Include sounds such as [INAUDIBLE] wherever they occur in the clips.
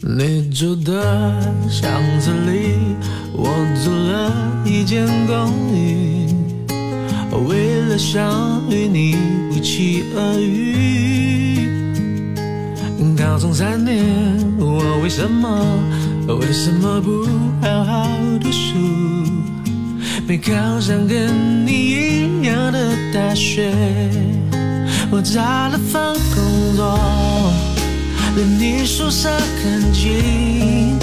你住的巷子里，我租了一间公寓，为了想与你不期而遇。高中三年，我为什么为什么不好好读书？没考上跟你一样的大学，我找了份工作。对你手上很紧。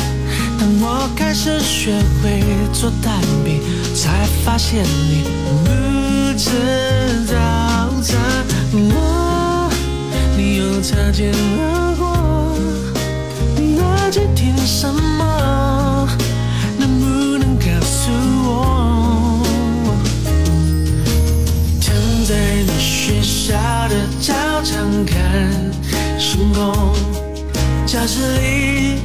当我开始学会做蛋饼，才发现你不知道怎么，你又擦肩而过。你那几天什么？能不能告诉我？躺在你学校的操场看星空，教室里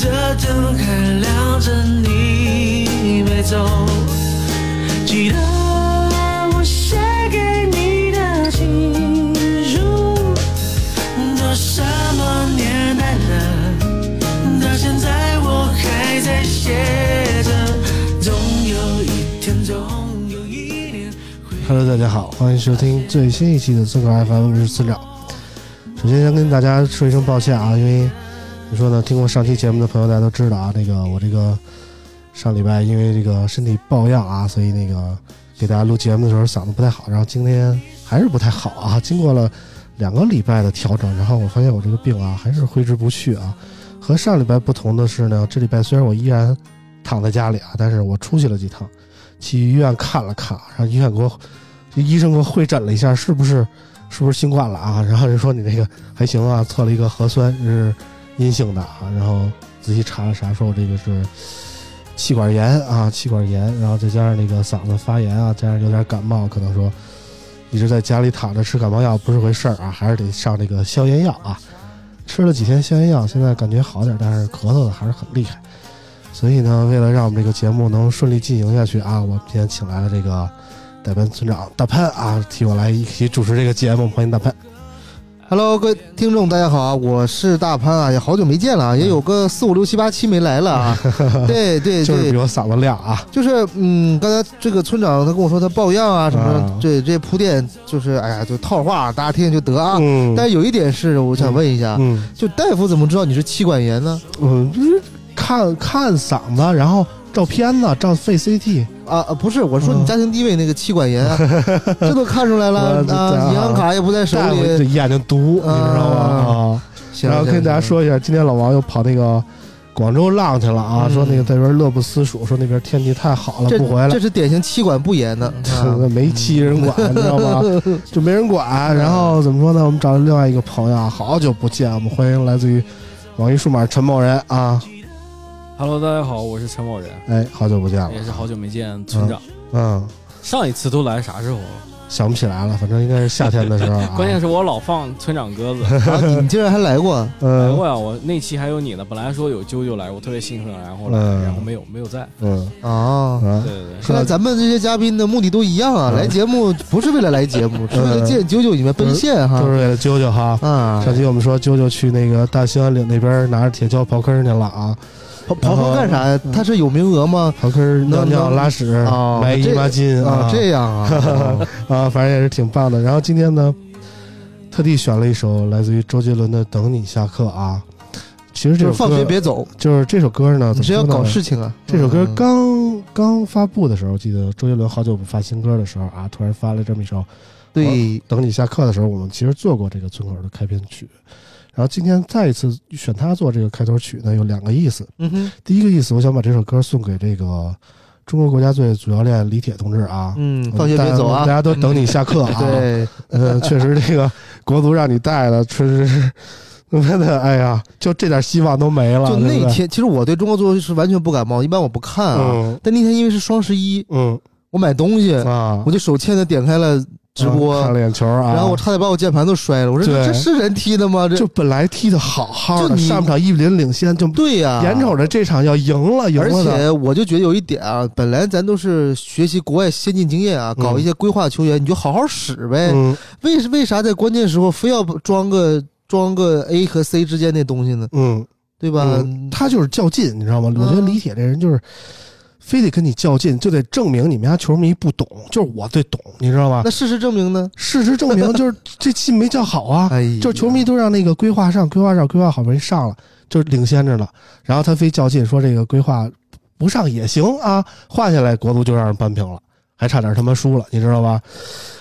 的灯还亮着你没走。记得我写给你的情书，都什么年代了，到现在我还在写着。总有一天，总有一年会。 Hello，大家好，欢迎收听最新一期的刺客 FM 五十四秒。首先先跟大家说一声抱歉啊，因为怎么说呢，听过上期节目的朋友大家都知道啊，那个我这个上礼拜因为这个身体抱恙啊，所以那个给大家录节目的时候嗓子不太好，然后今天还是不太好啊。经过了两个礼拜的调整，然后我发现我这个病啊还是挥之不去啊。和上礼拜不同的是呢，这礼拜虽然我依然躺在家里啊，但是我出去了几趟，去医院看了看，然后医院给我医生给我会诊了一下，是不是是不是新冠了啊？然后人说你这个还行啊，测了一个核酸是阴性的啊，然后仔细查了查，说我这个是气管炎啊，气管炎，然后再加上那个嗓子发炎啊，加上有点感冒，可能说一直在家里躺着吃感冒药不是回事儿啊，还是得上这个消炎药啊。吃了几天消炎药，现在感觉好点儿，但是咳嗽的还是很厉害。所以呢，为了让我们这个节目能顺利进行下去啊，我们今天请来了这个大潘村长大潘啊，替我来一起主持这个节目，欢迎大潘。 Hello，各位听众，大家好啊！我是大潘啊，也好久没见了啊，也有个四五六七八期没来了啊。 [LAUGHS] 对对嗯就是比对，我嗓子亮啊，就是嗯，刚才这个村长他跟我说他抱恙啊什么啊的，这这铺垫就是哎呀，就套话，大家听听就得啊。嗯但有一点是，我想问一下，嗯就大夫怎么知道你是气管炎呢？嗯，就是看看嗓子，然后照片呢，照肺 CT，啊，呃不是，我说你嗯家庭地位那个气管 [LAUGHS] 炎啊，这都看出来了我啊，银行卡也不在手但我这里。眼睛毒，你知道吗？啊啊，行然后行跟大家行说一下，今天老王又跑那个广州浪去了啊，嗯说那个在这边乐不思蜀，说那边天气太好了，这不回来了这。是典型气管不严的。啊 [LAUGHS] 没七人管，你知道 [LAUGHS] 吗？就没人管。然后怎么说呢？我们找了另外一个朋友啊，好久不见，我们欢迎来自于网易数码陈某人啊， Hello，大家好，我是陈某人，哎，好久不见了，也是好久没见村长。嗯，上一次都来啥时候？啊想不起来了，反正应该是夏天的时候 [LAUGHS] 啊。关键是我老放村长鸽 [LAUGHS] 子。啊，你你竟然还来过？来嗯过呀，我那期还有你呢。本来说有啾啾来，我特别兴奋，然后来，嗯然后没有没有在。嗯哦，对啊，对对，说看来到咱们这些嘉宾的目的都一样啊，嗯来节目不是为了来节 [LAUGHS] 目，是为了见九九你们奔现哈都是为了啾啾哈。啊，上期我们说啾啾去那个大兴安岭那边拿着铁锹刨坑去了啊，跑跑跑干啥呀？嗯他是有名额吗？刨坑尿能尿能拉屎哦，埋姨这妈巾啊，这样啊， [LAUGHS] 啊，反正也是挺棒的。然后今天呢，特地选了一首来自于周杰伦的《等你下课》啊。其实这首就是歌放学别走，就是这首歌呢，你怎么是要说呢搞事情啊？这首歌嗯刚刚发布的时候，我记得周杰伦好久不发新歌的时候啊，突然发了这么一首《对，等你下课》的时候，我们其实做过这个村口的开篇曲。然后今天再一次选它做这个开头曲呢，有两个意思。嗯哼，第一个意思，我想把这首歌送给这个中国国家队主教练李铁同志啊，嗯，我们放学大别家走大啊！家都等你下课啊。， [LAUGHS] 对，嗯，确实这个国足让你带了，确实是真的，哎呀，就这点希望都没了。就对不那对，天，其实我对中国足球是完全不感冒，一般我不看啊。嗯但那天因为是双十一，嗯我买东西，啊，我就手欠的点开了直播啊，看了眼球啊，然后我差点把我键盘都摔了。我说对这是人踢的吗？这就本来踢的好好就的，你上半场一比零领先，就对呀，眼瞅着这场要赢了，赢啊而了的，且我就觉得有一点啊，本来咱都是学习国外先进经验啊，嗯搞一些规划球员，你就好好使呗。嗯为为啥在关键时候非要装个装个 A 和 C 之间那东西呢？嗯，对吧？嗯嗯他就是较劲，你知道吗？我觉得李铁这人就是。非得跟你较劲，就得证明你们家球迷不懂，就是我最懂，你知道吗那？事实证明呢？事实证明，就是这气没叫好啊，哎呀，就是球迷都让那个规划上，规划上，规划好不容易上了，就领先着了，然后他非较劲说这个规划不上也行啊，换下来国足就让人扳平了，还差点他妈输了，你知道吧？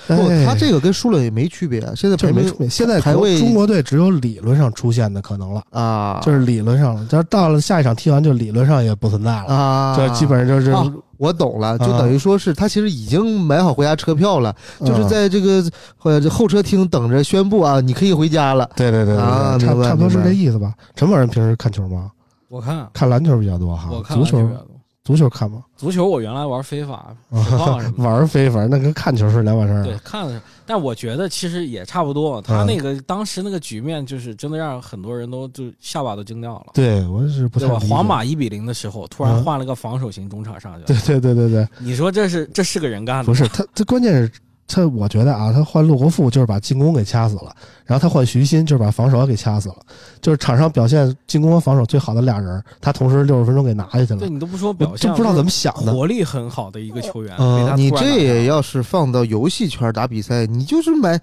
不，哎他这个跟输了也没区别。啊现在就是排没名出面，现在排国位中国队只有理论上出现的可能了，啊，就是理论上了，但是到了下一场踢完就理论上也不存在了，啊，这基本上就是、啊我懂了，就啊等于说是他其实已经买好回家车票了，就是嗯在这个呃这候车厅等着宣布啊，你可以回家了。对对对对对，啊差明白差不多是明白这意思吧。陈老人平时看球吗？我看看篮球比较多哈我，看啊足篮球球比较多足球看吗？足球我原来玩非法、手棒什么嗯 [LAUGHS] 玩儿非法那跟看球是两码事儿的，啊。对，看的是，但我觉得其实也差不多。嗯他那个当时那个局面，就是真的让很多人都就下巴都惊掉了。对，我是不太对吧？理解皇，马一比零的时候，突然嗯换了个防守型中场上去对了，对对对对，你说这是这是个人干的？不是，他，他关键是他，我觉得啊，他换陆国富就是把进攻给掐死了，然后他换徐新就是把防守给掐死了，就是场上表现进攻和防守最好的俩人，他同时六十分钟给拿下去了对，你都不说表我现，就不知道怎么想的。活力很好的一个球员，嗯被他呃你突然这拿下也要是放到游戏圈打比赛，你就是买，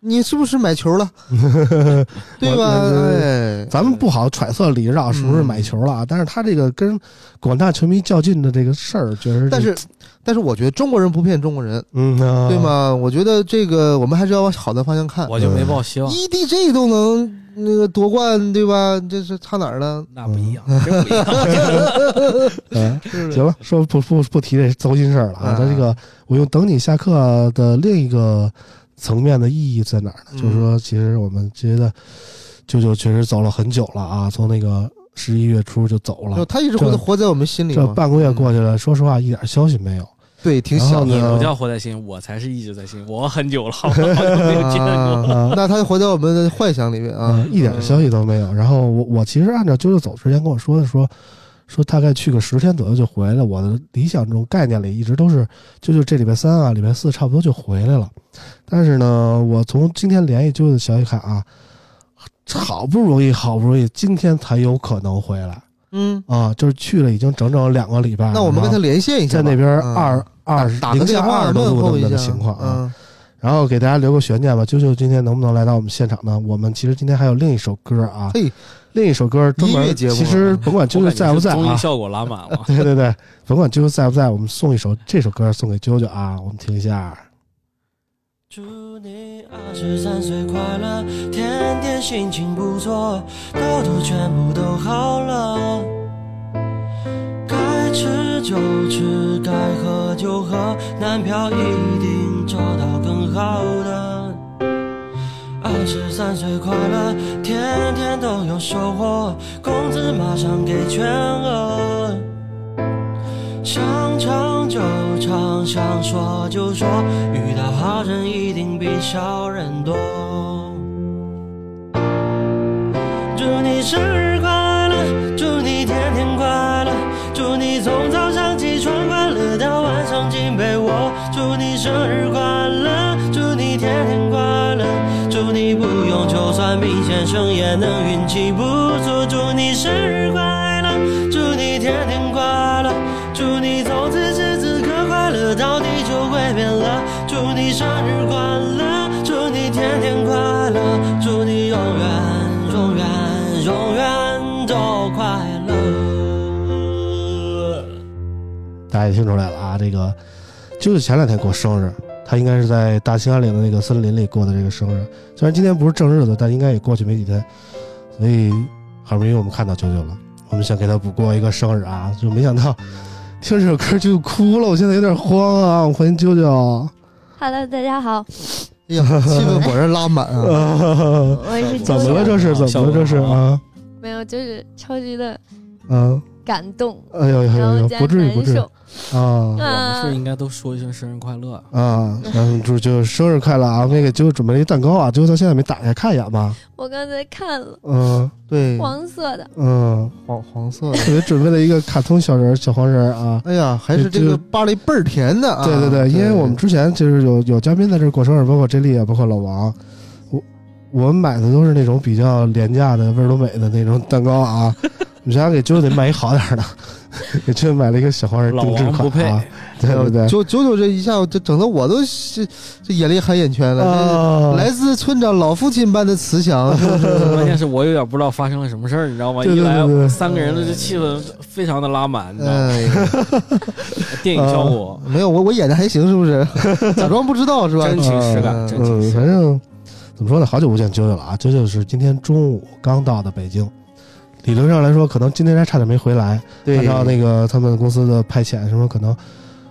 你是不是买 [LAUGHS] 球了？对吧？我哎，咱们不好揣测李指导是不嗯是买球了啊，但是他这个跟广大球迷较劲的这个事儿，确实，但是但是我觉得中国人不骗中国人，嗯，对？吗？我觉得这个我们还是要往好的方向看。我就嗯没抱希望， EDG 都能那个夺冠，对吧？这是差哪儿了？那不 [LAUGHS] 一样，真不一样。嗯， [LAUGHS] 是不是行了，说不不不提这糟心事儿了啊啊。咱这个我用等你下课的另一个层面的意义在哪儿呢？嗯就是说，其实我们觉得舅舅确实走了很久了啊，从那个十一月初就走就了，他一直活这在活在我们心里这嘛。半个月过去了，说实话一点消息没有。对，挺然后想呢你的。啊不叫活在心，我才是一直在心。我很久了，我没有见 [LAUGHS] 过。啊那他就活在我们的幻想里面啊啊，，一点消息都没有。然后我我其实按照啾啾走之前跟我说的说，说大概去个十天左右就回来。我的理想中概念里一直都是啾啾这礼拜三啊，礼拜四差不多就回来了。但是呢，我从今天联系啾啾的消息看啊，好不容易好不容易今天才有可能回来嗯，啊，就是去了已经整整两个礼拜了。那我们跟然他后连线一下在吧，那边嗯二二十打个零下电话二十多问度候那一么下的情况啊。嗯然后给大家留个悬念吧，啾啾今天能不能来到我们现场呢？我们其实今天还有另一首歌啊，嘿另一首歌专音门乐节目啊其实甭管啾我啾感觉在不在综艺啊，效果拉 [LAUGHS]。满了对对对，甭管啾啾在不在，我们送一首这首歌送给啾啾啊，我们听一下。祝你二十三岁快乐，天天心情不错，痘痘全部都好了。该吃就吃，该喝就喝，男票一定找到更好的。二十三岁快乐，天天都有收获，工资马上给全额。想唱就唱，想说就说，遇到好人一定比小人多。祝你生日快乐，祝你天天快乐，祝你从早上起床快乐到晚上进被窝。祝你生日快乐，祝你天天快乐，祝你不用就算命先生也能运气不错。祝你生日快乐，祝你天天快乐，祝你从此时此刻快乐到地球会变了。祝你生日快乐，祝你天天快乐，祝你永远。永远永远都快乐。大家也听出来了啊，这个啾啾前两天过生日，他应该是在大兴安岭的那个森林里过的这个生日。虽然今天不是正日子，但应该也过去没几天，所以好不容易我们看到啾啾了，我们想给他补过一个生日啊，就没想到听这首歌就哭了，我现在有点慌啊！我欢迎啾啾， Hello，大家好，哎呀， [LAUGHS] 气氛果然拉满啊！啊我是怎周么了这是？怎么了这是啊？没有，就是超级的啊！感动，哎呦哎呦然哎后呦，加不至于不难至于受。啊！我们是不是嗯，应该都说一声生日快乐 [LAUGHS] 啊？啊，然后祝就生日快乐啊！我们也给啾啾准备了一蛋糕啊，啾啾到现在没打开看一眼吧？我刚才看了嗯对，黄色的，嗯，黄黄色的。特别准备了一个卡通小人儿小黄人儿啊。哎呀，还是这这个芭蕾倍儿甜的啊！对对对，因为我们之前就是有有嘉宾在这儿过生日，包括 J 莉啊，包括老王，我我们买的都是那种比较廉价的味儿都美的那种蛋糕 [LAUGHS] 啊。你想想给舅得买一好点儿的，给舅买了一个小黄人老定制王款不配，啊。对对对，九九九这一下，这整的我都是这眼泪含眼圈了。啊这来自村长老父亲般的慈祥，是不是关键是我有点不知道发生了什么事儿，你知道吗？对对一来对对三个人的这气氛非常的拉满，你知道吗？哎呀，嗯电影效果，没有我我演的还行，是不是？假装不知道是吧？真情实感，嗯真情嗯，实反感。正怎么说呢，好久不见啾啾了啊！啾啾是今天中午刚到的北京，理论上来说，可能今天还差点没回来。对，按照那个他们公司的派遣，什么可能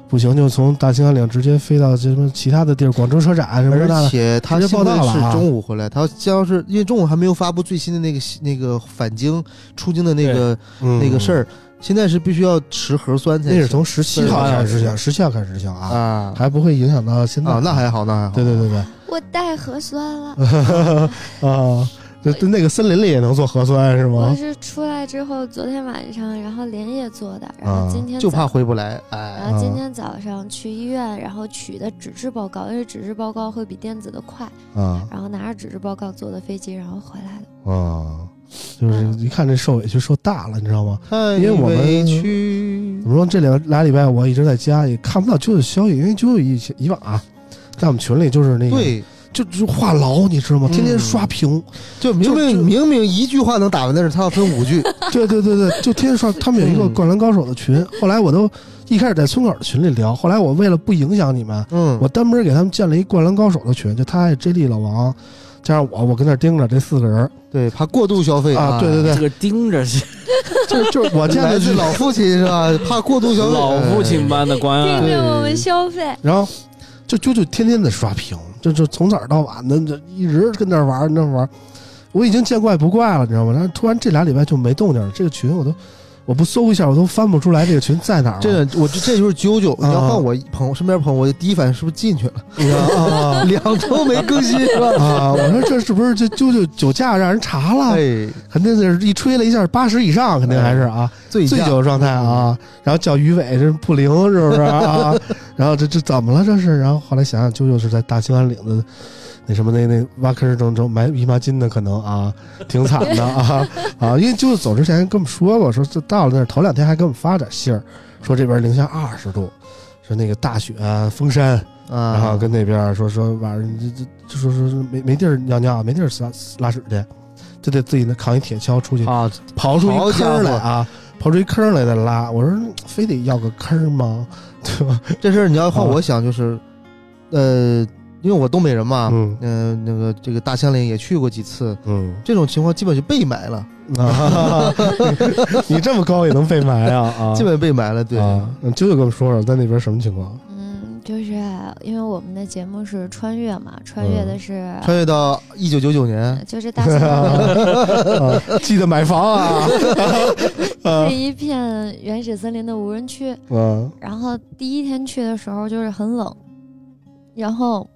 不行，就从大兴安岭直接飞到什么其他的地儿，广州车展什么而的。且他直接现报道在了啊是中午回来，他要是因为中午还没有发布最新的那个那个返京出京的那个嗯那个事，儿，现在是必须要持核酸才那行是从十七号开始执行，十七号开始执行啊，啊还不会影响到现在啊，那还好，那还好，对对对对我带核酸了， [LAUGHS] 啊，就就那个森林里也能做核酸是我吗？是出来之后昨天晚上，然后连夜做的，然啊后今天就怕早。回不来，哎，然后今天早上去医院，然后取的纸质报告，因为纸质报告会比电子的快，啊然后拿着纸质报告坐的飞机，然后回来的。啊，就是一看这受委屈受大了，你知道吗？太因为我们委屈怎，么说？这两俩礼拜我一直在家，也看不到舅舅消息，因为舅舅以前以往啊，在我们群里就是那个，对，就就话痨，你知道吗？天天刷屏，就明就就明明明一句话能打完，但是他要分五 [LAUGHS] 句， [LAUGHS] 对对对对，就天天刷。他们有一个嗯《灌篮高手》的群，后来我都一开始在村口的群里聊，后来我为了不影响你们，嗯，我单门给他们建了一《灌篮高手》的群，就他、J 莉、老王，加上我，我跟那儿盯着这四个人儿对，怕过度消费啊，对对对这，个盯着是 [LAUGHS] 就就是 [LAUGHS] 我见来的自老父亲是吧？怕过度消费，哎老父亲般的关盯爱，着哎我们消费， [LAUGHS] 然后就啾啾天天的刷屏，就就从早到晚的，就一直跟那儿玩儿那儿玩儿。我已经见怪不怪了，你知道吗？然后突然这俩礼拜就没动静了，这个群我都我不搜一下我都翻不出来这个群在哪儿了。这我这这就是啾啾，你要啊换我朋友身边朋友，我第一反应是 [LAUGHS] 不是进去了？你知道啊 [LAUGHS] 两周没更新了，啊！我说这是不是这啾啾酒驾让人查了？ [LAUGHS] 哎，肯定是一吹了一下八十以上，肯定还是啊、醉醉哎驾嗯酒状态啊。然后叫于伟这不灵是不是 [LAUGHS] 啊？然后这这怎么了这是？然后后来想想，啾啾是在大兴安岭的那什么那那挖坑中中埋姨妈巾的，可能啊挺惨的 [LAUGHS] 啊啊！因为啾啾走之前跟我们说过，说这到了那儿头两天还给我们发点信儿，说这边零下二十度。说那个大雪、封山，啊，然后跟那边说说晚上这这这说说说没没地儿尿尿，没地儿拉拉屎去，就得自己那扛一铁锹出去啊，刨出一好家坑来伙啊，刨出一坑来再拉。我说非得要个坑吗？对吧？这事儿你要换啊我想就是，呃，因为我东北人嘛，嗯呃，那个这个大兴安岭也去过几次，嗯这种情况基本就被埋了，啊， [LAUGHS] 你这么高也能被埋 [LAUGHS] 啊啊！基本被埋了，对，啊，嗯舅舅跟我们说说在那边什么情况？嗯，就是因为我们的节目是穿越嘛，穿越嗯的是、穿越到一九九九年，就是大兴安岭啊呃记得买房 [LAUGHS] 啊！呃这一片原始森林的无人区。啊然后第一天去的时候就是很冷，然后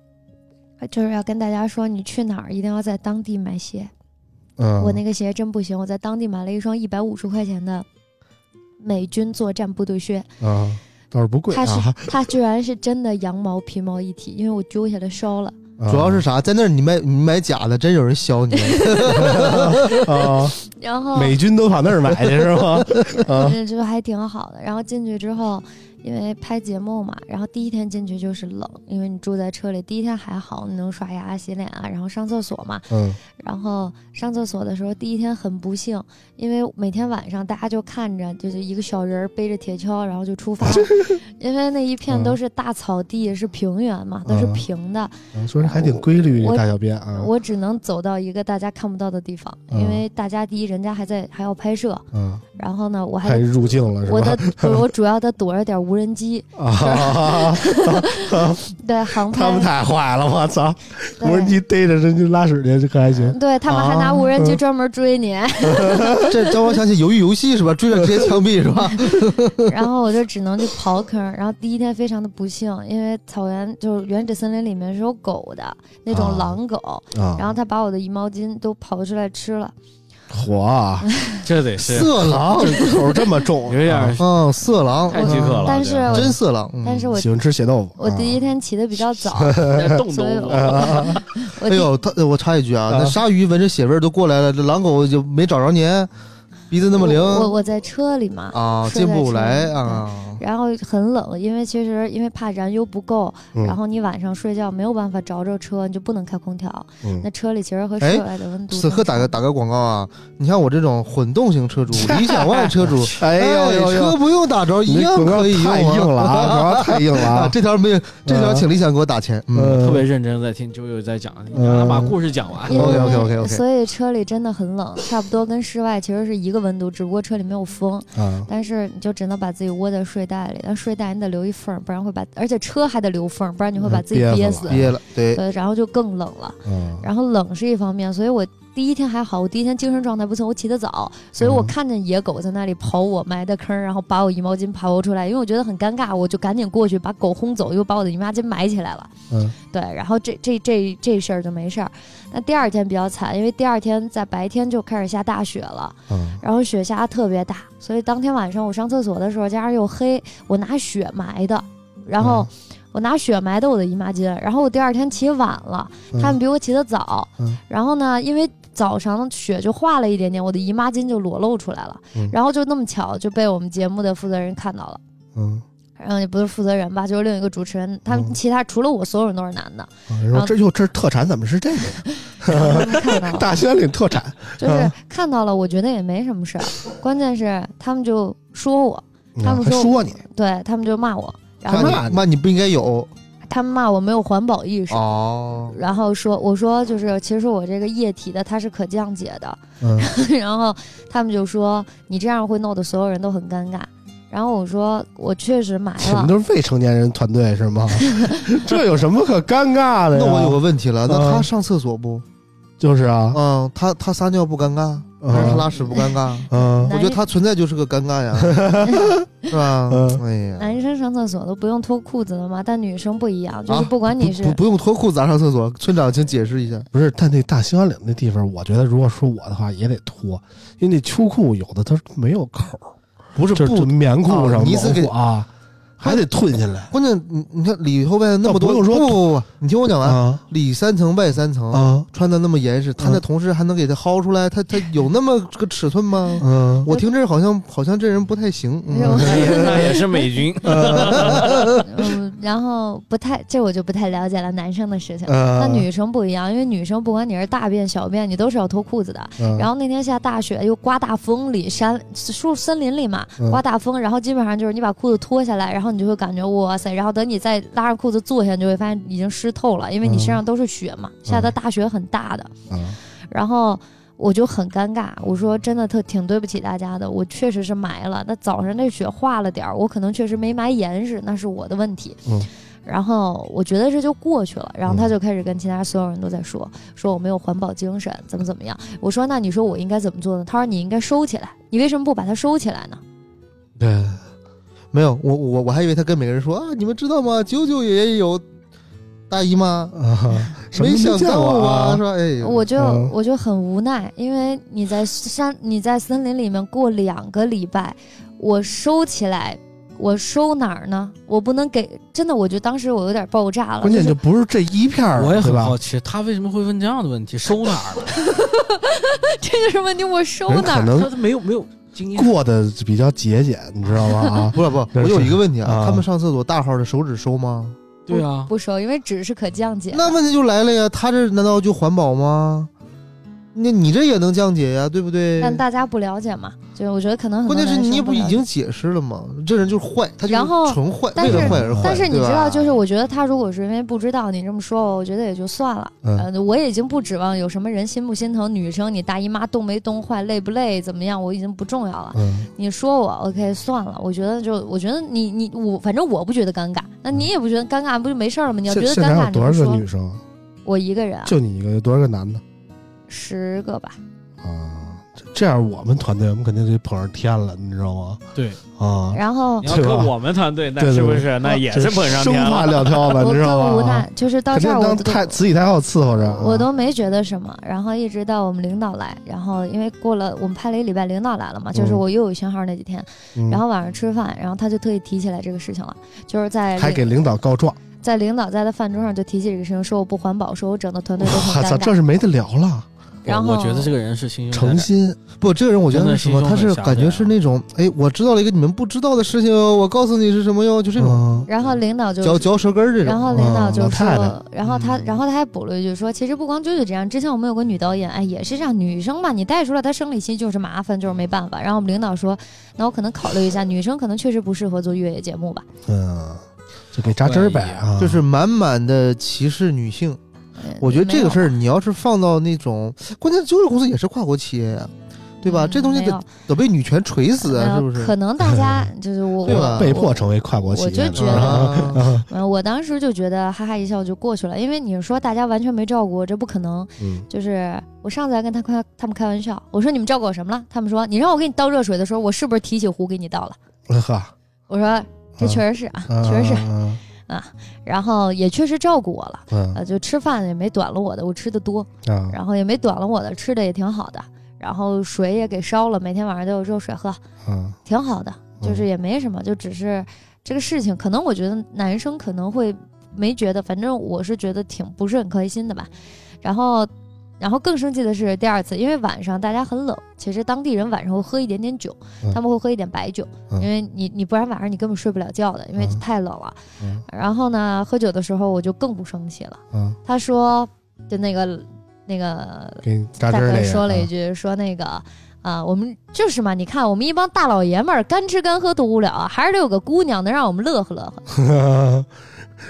呃就是要跟大家说，你去哪儿一定要在当地买鞋。嗯，我那个鞋真不行，我在当地买了一双一百五十块钱的美军作战部队靴，啊倒是不贵它是啊，它居然是真的羊毛皮毛一体，因为我揪下来烧了。主要是啥，在那儿你卖你买假的，真有人削你， [LAUGHS] [LAUGHS] 啊，然后美军都跑那儿买去是吗？啊嗯，就还挺好的。然后进去之后，因为拍节目嘛，然后第一天进去就是冷，因为你住在车里，第一天还好，你能刷牙、洗脸啊，然后上厕所嘛。嗯然后上厕所的时候，第一天很不幸，因为每天晚上大家就看着，就是一个小人儿背着铁锹，然后就出发， [LAUGHS] 因为那一片嗯都是大草地，是平原嘛，都是嗯平的，嗯，说是还挺规律，这大小便啊，我只能走到一个大家看不到的地方，嗯因为大家第一人家还在还要拍摄，嗯，然后呢，我还还得入境了是我吧的？我我主要得躲着点无人机，啊，对航他拍们，太坏了，我操！对无人机逮着人家拉屎去，这可还行。对他们还拿无人机专门追你， [LAUGHS] 这让我想起《鱿鱼游戏》是吧？追着直接枪毙是吧？然后我就只能去刨坑儿。然后第一天非常的不幸，因为草原就是原始森林里面是有狗的那种啊狼狗，啊，然后它把我的姨毛巾都刨出来吃了。火啊，这得是色狼，这口这么重，有点儿嗯，色狼，太饥渴了。但是这嗯，我真色狼。嗯但是我喜欢吃血豆腐。我啊第一天起的比较早，嗯冻所以我冻我， [LAUGHS] 我哎第呦，他我插一句啊，啊那鲨鱼闻着血味儿都过来了，这狼狗就没找着您，鼻子那么灵我我我在车里嘛，啊，睡进在不车来里。嗯啊。然后很冷，因为其实因为怕燃油不够，嗯然后你晚上睡觉没有办法着着车，你就不能开空调。嗯那车里其实和哎室外的温度此相刻打个差打个广告啊！你像我这种混动型车主、理想 ONE [LAUGHS] 车主，哎呦呦车呦，不用打着一你这样广告可以用啊太硬了啊，广告太硬了 [LAUGHS] 啊！啊。这条没有，这条请理想给我打钱。嗯，呃特别认真地在听啾啾在讲，你嗯让他把故事讲完。因为 OK，OK，OK，OK 所以车里真的很冷，差不多跟室外其实是一个温度，只不过车里没有风，啊，但是你就只能把自己窝在睡袋里，但睡袋你得留一缝儿，不然会把，而且车还得留缝儿，不然你会把自己憋憋死死。了憋了，对，对，然后就更冷了。嗯然后冷是一方面，所以我第一天还好，我第一天精神状态不错，我起得早，所以我嗯看见野狗在那里刨我埋的坑儿，然后把我姨毛巾刨出来，因为我觉得很尴尬，我就赶紧过去把狗轰走，又把我的姨妈巾埋起来了。嗯，对，然后这这这这事儿就没事儿。那第二天比较惨，因为第二天在白天就开始下大雪了，嗯然后雪下得特别大，所以当天晚上我上厕所的时候，加上又黑，我拿雪埋的，然后嗯我拿雪埋的我的姨妈巾，然后我第二天起晚了，嗯他们比我起得早，嗯然后呢，因为早上雪就化了一点点，我的姨妈巾就裸露出来了，嗯然后就那么巧就被我们节目的负责人看到了。嗯，然后也不是负责人吧，就是另一个主持人，他嗯们其他除了我，所有人都是男的。啊然后这又这特产怎么是这个？然后他们看到 [LAUGHS] 了，大兴安岭特产，就是嗯看到了，我觉得也没什么事儿。关键是他们就说我，他嗯们还说说你对他们就骂我，然看后你那你不应该有他们骂我没有环保意识，哦。然后说我说就是其实我这个液体的它是可降解的，嗯然后他们就说你这样会弄得所有人都很尴尬。然后我说我确实埋 [LAUGHS] 你们了，都是未成年人团队是 [LAUGHS] 吗？这有什么可尴尬的呀？那我有个问题了，那他嗯上厕所不？就是啊，嗯，他他撒尿不尴尬，嗯还是拉屎不尴尬？嗯啊我觉得他存在就是个尴尬 [LAUGHS] 呀，是吧？嗯哎呀，男生上厕所都不用脱裤子了吗？但女生不一样，就是啊不管你是、不不不用脱裤子啊上厕所，村长请解释一下。不是，但那大兴安岭那地方，我觉得如果说我的话也得脱，因为那秋裤有的它没有口儿，不是就是不，棉裤啊上你意毛思给裤啊，还得吞下来关键你你看里头外那么那多，不用说不不不，你听我讲完，啊里三层外三层，啊穿的那么严实，他嗯那同事还能给他薅出来，他他有那么个尺寸吗？嗯，我听这儿好像好像这人不太行，嗯哎呦那也那也是 [LAUGHS] 美军，嗯，然后不太，这我就不太了解了，男生的事情。呃那女生不一样，因为女生不管你是大便小便，你都是要脱裤子的。呃嗯然后那天下大雪，又刮大风里，山树森林里嘛嗯，刮大风，然后基本上就是你把裤子脱下来，然后你就会感觉哇塞，然后等你再拉上裤子坐下，你就会发现已经湿透了，因为你身上都是雪嘛，下的大雪很大的。嗯然后我就很尴尬，我说真的特挺对不起大家的，我确实是埋了。那早上那雪化了点儿，我可能确实没埋严实，那是我的问题。嗯。然后我觉得这就过去了，然后他嗯就开始跟其他所有人都在说，说我没有环保精神，怎么怎么样。我说那你说我应该怎么做呢？他说你应该收起来，你为什么不把它收起来呢？对，没有，我我我还以为他跟每个人说啊，你们知道吗？九九也有大姨妈，啊，什么没都想见到过啊，啊是，吧？哎，我就嗯我就很无奈，因为你在山你在森林里面过两个礼拜，我收起来，我收哪儿呢？我不能给，真的，我就当时我有点爆炸了。关键就就是不是这一片儿，我对也很吧好？奇他为什么会问这样的问题，收哪儿了？ [LAUGHS] 这就是问题，我收人哪可儿？能他没有没有经验过得比较节俭，你知道吗？啊，不是不是，对我有是一个问题啊，啊他们上厕所大号的手指收吗？对啊，不收，因为纸是可降解的。那问题就来了呀，他这难道就环保吗？那你这也能降解呀，对不对？但大家不了解嘛，就是我觉得可能很多关键是男生你也不了已解经解释了吗？这人就是坏，他就然后是纯坏，但为了是坏而坏。但是你对吧知道，就是我觉得他如果是因为不知道你这么说，我觉得也就算了。嗯呃，我已经不指望有什么人心不心疼女生，你大姨妈冻没冻坏，累不累，怎么样，我已经不重要了。嗯，你说我 OK 算了，我觉得就我觉得你你我反正我不觉得尴尬，那你也不觉得尴尬，不就没事儿 [LAUGHS] 了吗？你要觉现得现尴场尬，有你多少就个说女生啊？我一个人啊，就你一个，有多少个男的？十个吧。啊，这这样我们团队我们肯定得捧上天了，你知道吗？对啊，然后你要对搁吧我们团队，对那对是不对是那也就是捧上生天怕了？两条吧，我你知道更无吗？啊奈，就是到肯这定儿我当都太慈禧太后伺候着啊，我都没觉得什么，然后一直到我们领导来，然后因为过了我们拍了一礼拜，领导来了嘛，就是嗯我又有讯号那几天，嗯然后晚上吃饭，然后他就特意提起来这个事情了，就是在还给领领导告状，在领导在的饭桌上就提起这个事情，说我不环保，说我整的团队都我很操，尴这尬。是没得聊了，然后我觉得这个人是心胸在诚这儿心不，这个人我觉得真是的什么？心胸他很是狭感觉窄是啊那种，哎，我知道了一个你们不知道的事情哦，我告诉你是什么哟，就这种嗯然后领导就嚼嚼舌根儿这然种。啊后领导就嗯老说，太太然后他，嗯然后他还补了一句说，其实不光啾啾这样，之前我们有个女导演，哎，也是这样，女生嘛，你带出来她生理期就是麻烦，就是没办法。然后我们领导说，那我可能考虑一下，女生可能确实不适合做越野节目吧。嗯，就给扎针儿呗啊，就是满满的歧视女性，嗯我觉得这个事没有儿你要是放到那种，关键就是公司也是跨国企业呀，对吧？嗯这东西没有得得被女权锤死啊，呃是不是？可能 [LAUGHS] 大家就是我，对我吧被迫成为跨国企业我的，就觉得啊啊嗯，我当时就觉得哈哈一笑就过去了，因为你说大家完全没照顾我，这不可能。嗯，就是我上次还跟他开他们开玩笑，我说你们照顾我什么了？他们说你让我给你倒热水的时候，我是不是提起壶给你倒了？嗯呵，我嗯说这确实是啊，确实是。嗯然后也确实照顾我了，嗯呃，就吃饭也没短了我的，我吃的多，啊，然后也没短了我的，吃的也挺好的，然后水也给烧了，每天晚上都有热水喝，嗯挺好的，就是也没什么，就只是这个事情，可能我觉得男生可能会没觉得，反正我是觉得挺不是很开心的吧。然后，然后更生气的是第二次，因为晚上大家很冷，其实当地人晚上会喝一点点酒，嗯他们会喝一点白酒，嗯因为你你不然晚上你根本睡不了觉的，因为嗯太冷了。嗯然后呢，喝酒的时候我就更不生气了，嗯，他说就那个那个给你扎大针啊儿那哥个说了一句，句，说那个。啊、我们就是嘛，你看我们一帮大老爷们儿，干吃干喝多无聊啊，还是得有个姑娘能让我们乐呵乐 [LAUGHS] 呵。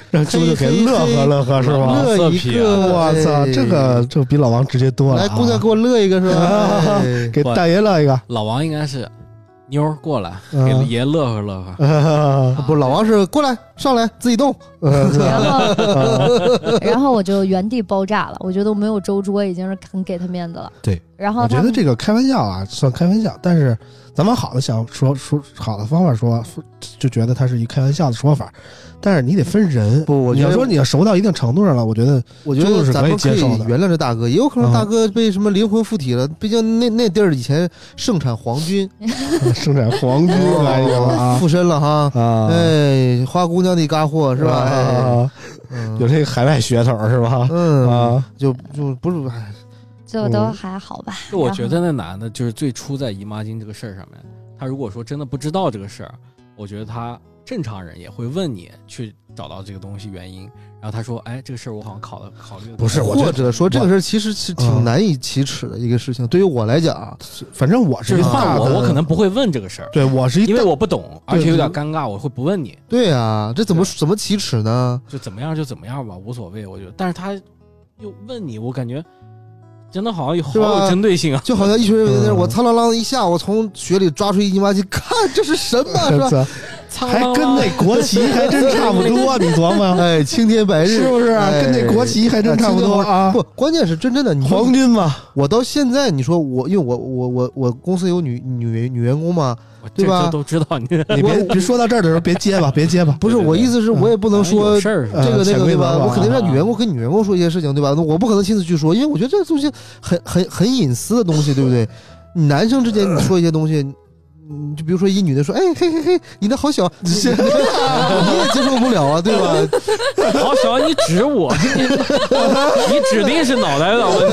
让猪就给乐呵乐呵是吧？啊乐色一批个，我操，哎这个这比老王直接多了啊，来姑娘给我乐一个是吧？哎给大爷乐一个，老王应该是妞儿过来嗯给爷乐呵乐 [LAUGHS] 呵。嗯哎 [LAUGHS] 不，老王是过来上来自己动，然呃 [LAUGHS] 后，然后我就原地爆炸了，我觉得我没有周桌已经是很给他面子了。对，然后我觉他得们这个开玩笑啊，算开玩笑，但是咱往好的想说说好的方法说，就觉得它是一开玩笑的说法，但是你得分人。不我你觉要得说你要熟到一定程度上了，我觉 [LAUGHS] 得我觉得咱们可以原谅这大哥，也有可嗯能大哥被什么灵魂附体了，毕竟那那地儿以前盛产皇军，生产黄金来着啊附身了哈。啊，哦哎，花姑娘那嘎货是吧？哎，啊，有嗯这个海外噱头是吧？嗯，啊，就就不是，哎就都嗯还好吧。就我然后觉得那男的就是最初在姨妈巾这个事儿上面，他如果说真的不知道这个事儿，我觉得他正常人也会问你去找到这个东西原因。然后他说：“哎，这个事儿我好像考了考虑了不是我觉或得者说这个事儿其实是挺嗯难以启齿的一个事情。对于我来讲啊，反正我这是是一换大我，的我可能不会问这个事儿，对我是一因为大我不懂，而且有点尴尬，我会不问你，对啊，这怎么怎么启齿呢？就怎么样就怎么样吧，无所谓，我觉得。但是他又问你，我感觉真的好像有好是吧有针对性啊。就好像一群人围在那儿，嗯我苍啷啷一下，我从雪里抓出一姨妈巾，看这是什 [LAUGHS] 么，是吧？还跟啊那国旗还真差不 [LAUGHS] 多，你琢磨哎，青天白日是不是啊？哎跟那国旗还真差不多啊。不，关键是真真的，你说黄金嘛，我到现在，你说我，因为我我我我公司有女女女员工嘛，我这对吧这都知道你你别别说到这儿的时候别接吧，别接吧。不是对对我对意思是我也不能 [LAUGHS] 有说事儿是吧呃这个那潜个规对则吧？吧我肯定让啊女员工跟女员工说一些事情对吧？那我不可能亲自去说，因为我觉得这个东西很很很隐私的东西，对不对？你男生之间你说一些东西。嗯，就比如说一女的说，哎嘿嘿嘿，你的好小，你你你也接受不了啊，对吧？好小，你指我，你你指定是脑袋有点问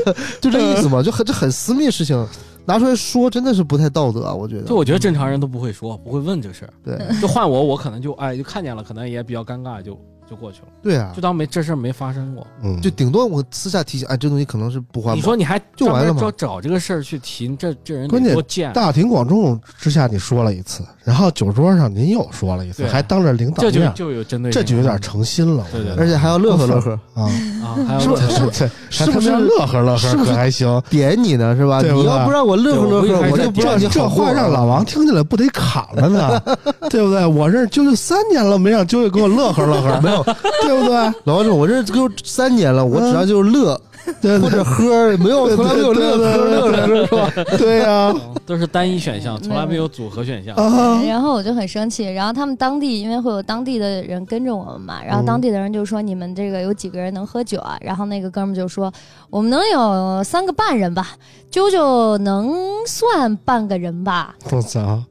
题。就这意思嘛，就很这很私密的事情，拿出来说真的是不太道德啊，我觉得。就我觉得正常人都不会说，不会问这事儿。对就换我，我可能就哎就看见了，可能也比较尴尬，就就过去了，对啊就，当没这事儿没发生过。嗯，就顶多我私下提醒，哎，这东西可能是不环你保。说你还就完了专门嘛找找这个事儿去提，这这人关键得多贱，啊大庭广众之下你说了一次，然后酒桌上您又说了一次，对还当着领导这就面，就有针对性啊这了，就有点诚心了。对对而且还要乐呵乐呵，啊，啊，还有是不是？是不是？ [LAUGHS] 还是他不是们乐呵乐呵是不是可还行？点你呢是吧？对你吧要不让我乐呵乐对我呵，一开我始就不让你这好过话让老王听见了不得砍了呢，对不对？我认识啾啾三年了，没让啾啾给我乐呵乐 [LAUGHS] 呵，没有，对不对？老王说，我认识就三年了，我只要就是乐嗯对或者喝，没有对从来没有乐呵乐呵是吧？对对呀都是单一选项，嗯从来没有组合选 [LAUGHS] 项。啊，然然后我就很生气，然后他们当地因为会有当地的人跟着我们嘛，然后嗯当地的人就说你们这个有几个人能喝酒啊？然后那个哥们就说我们能有三个半人吧，啾啾能算半个人吧。我操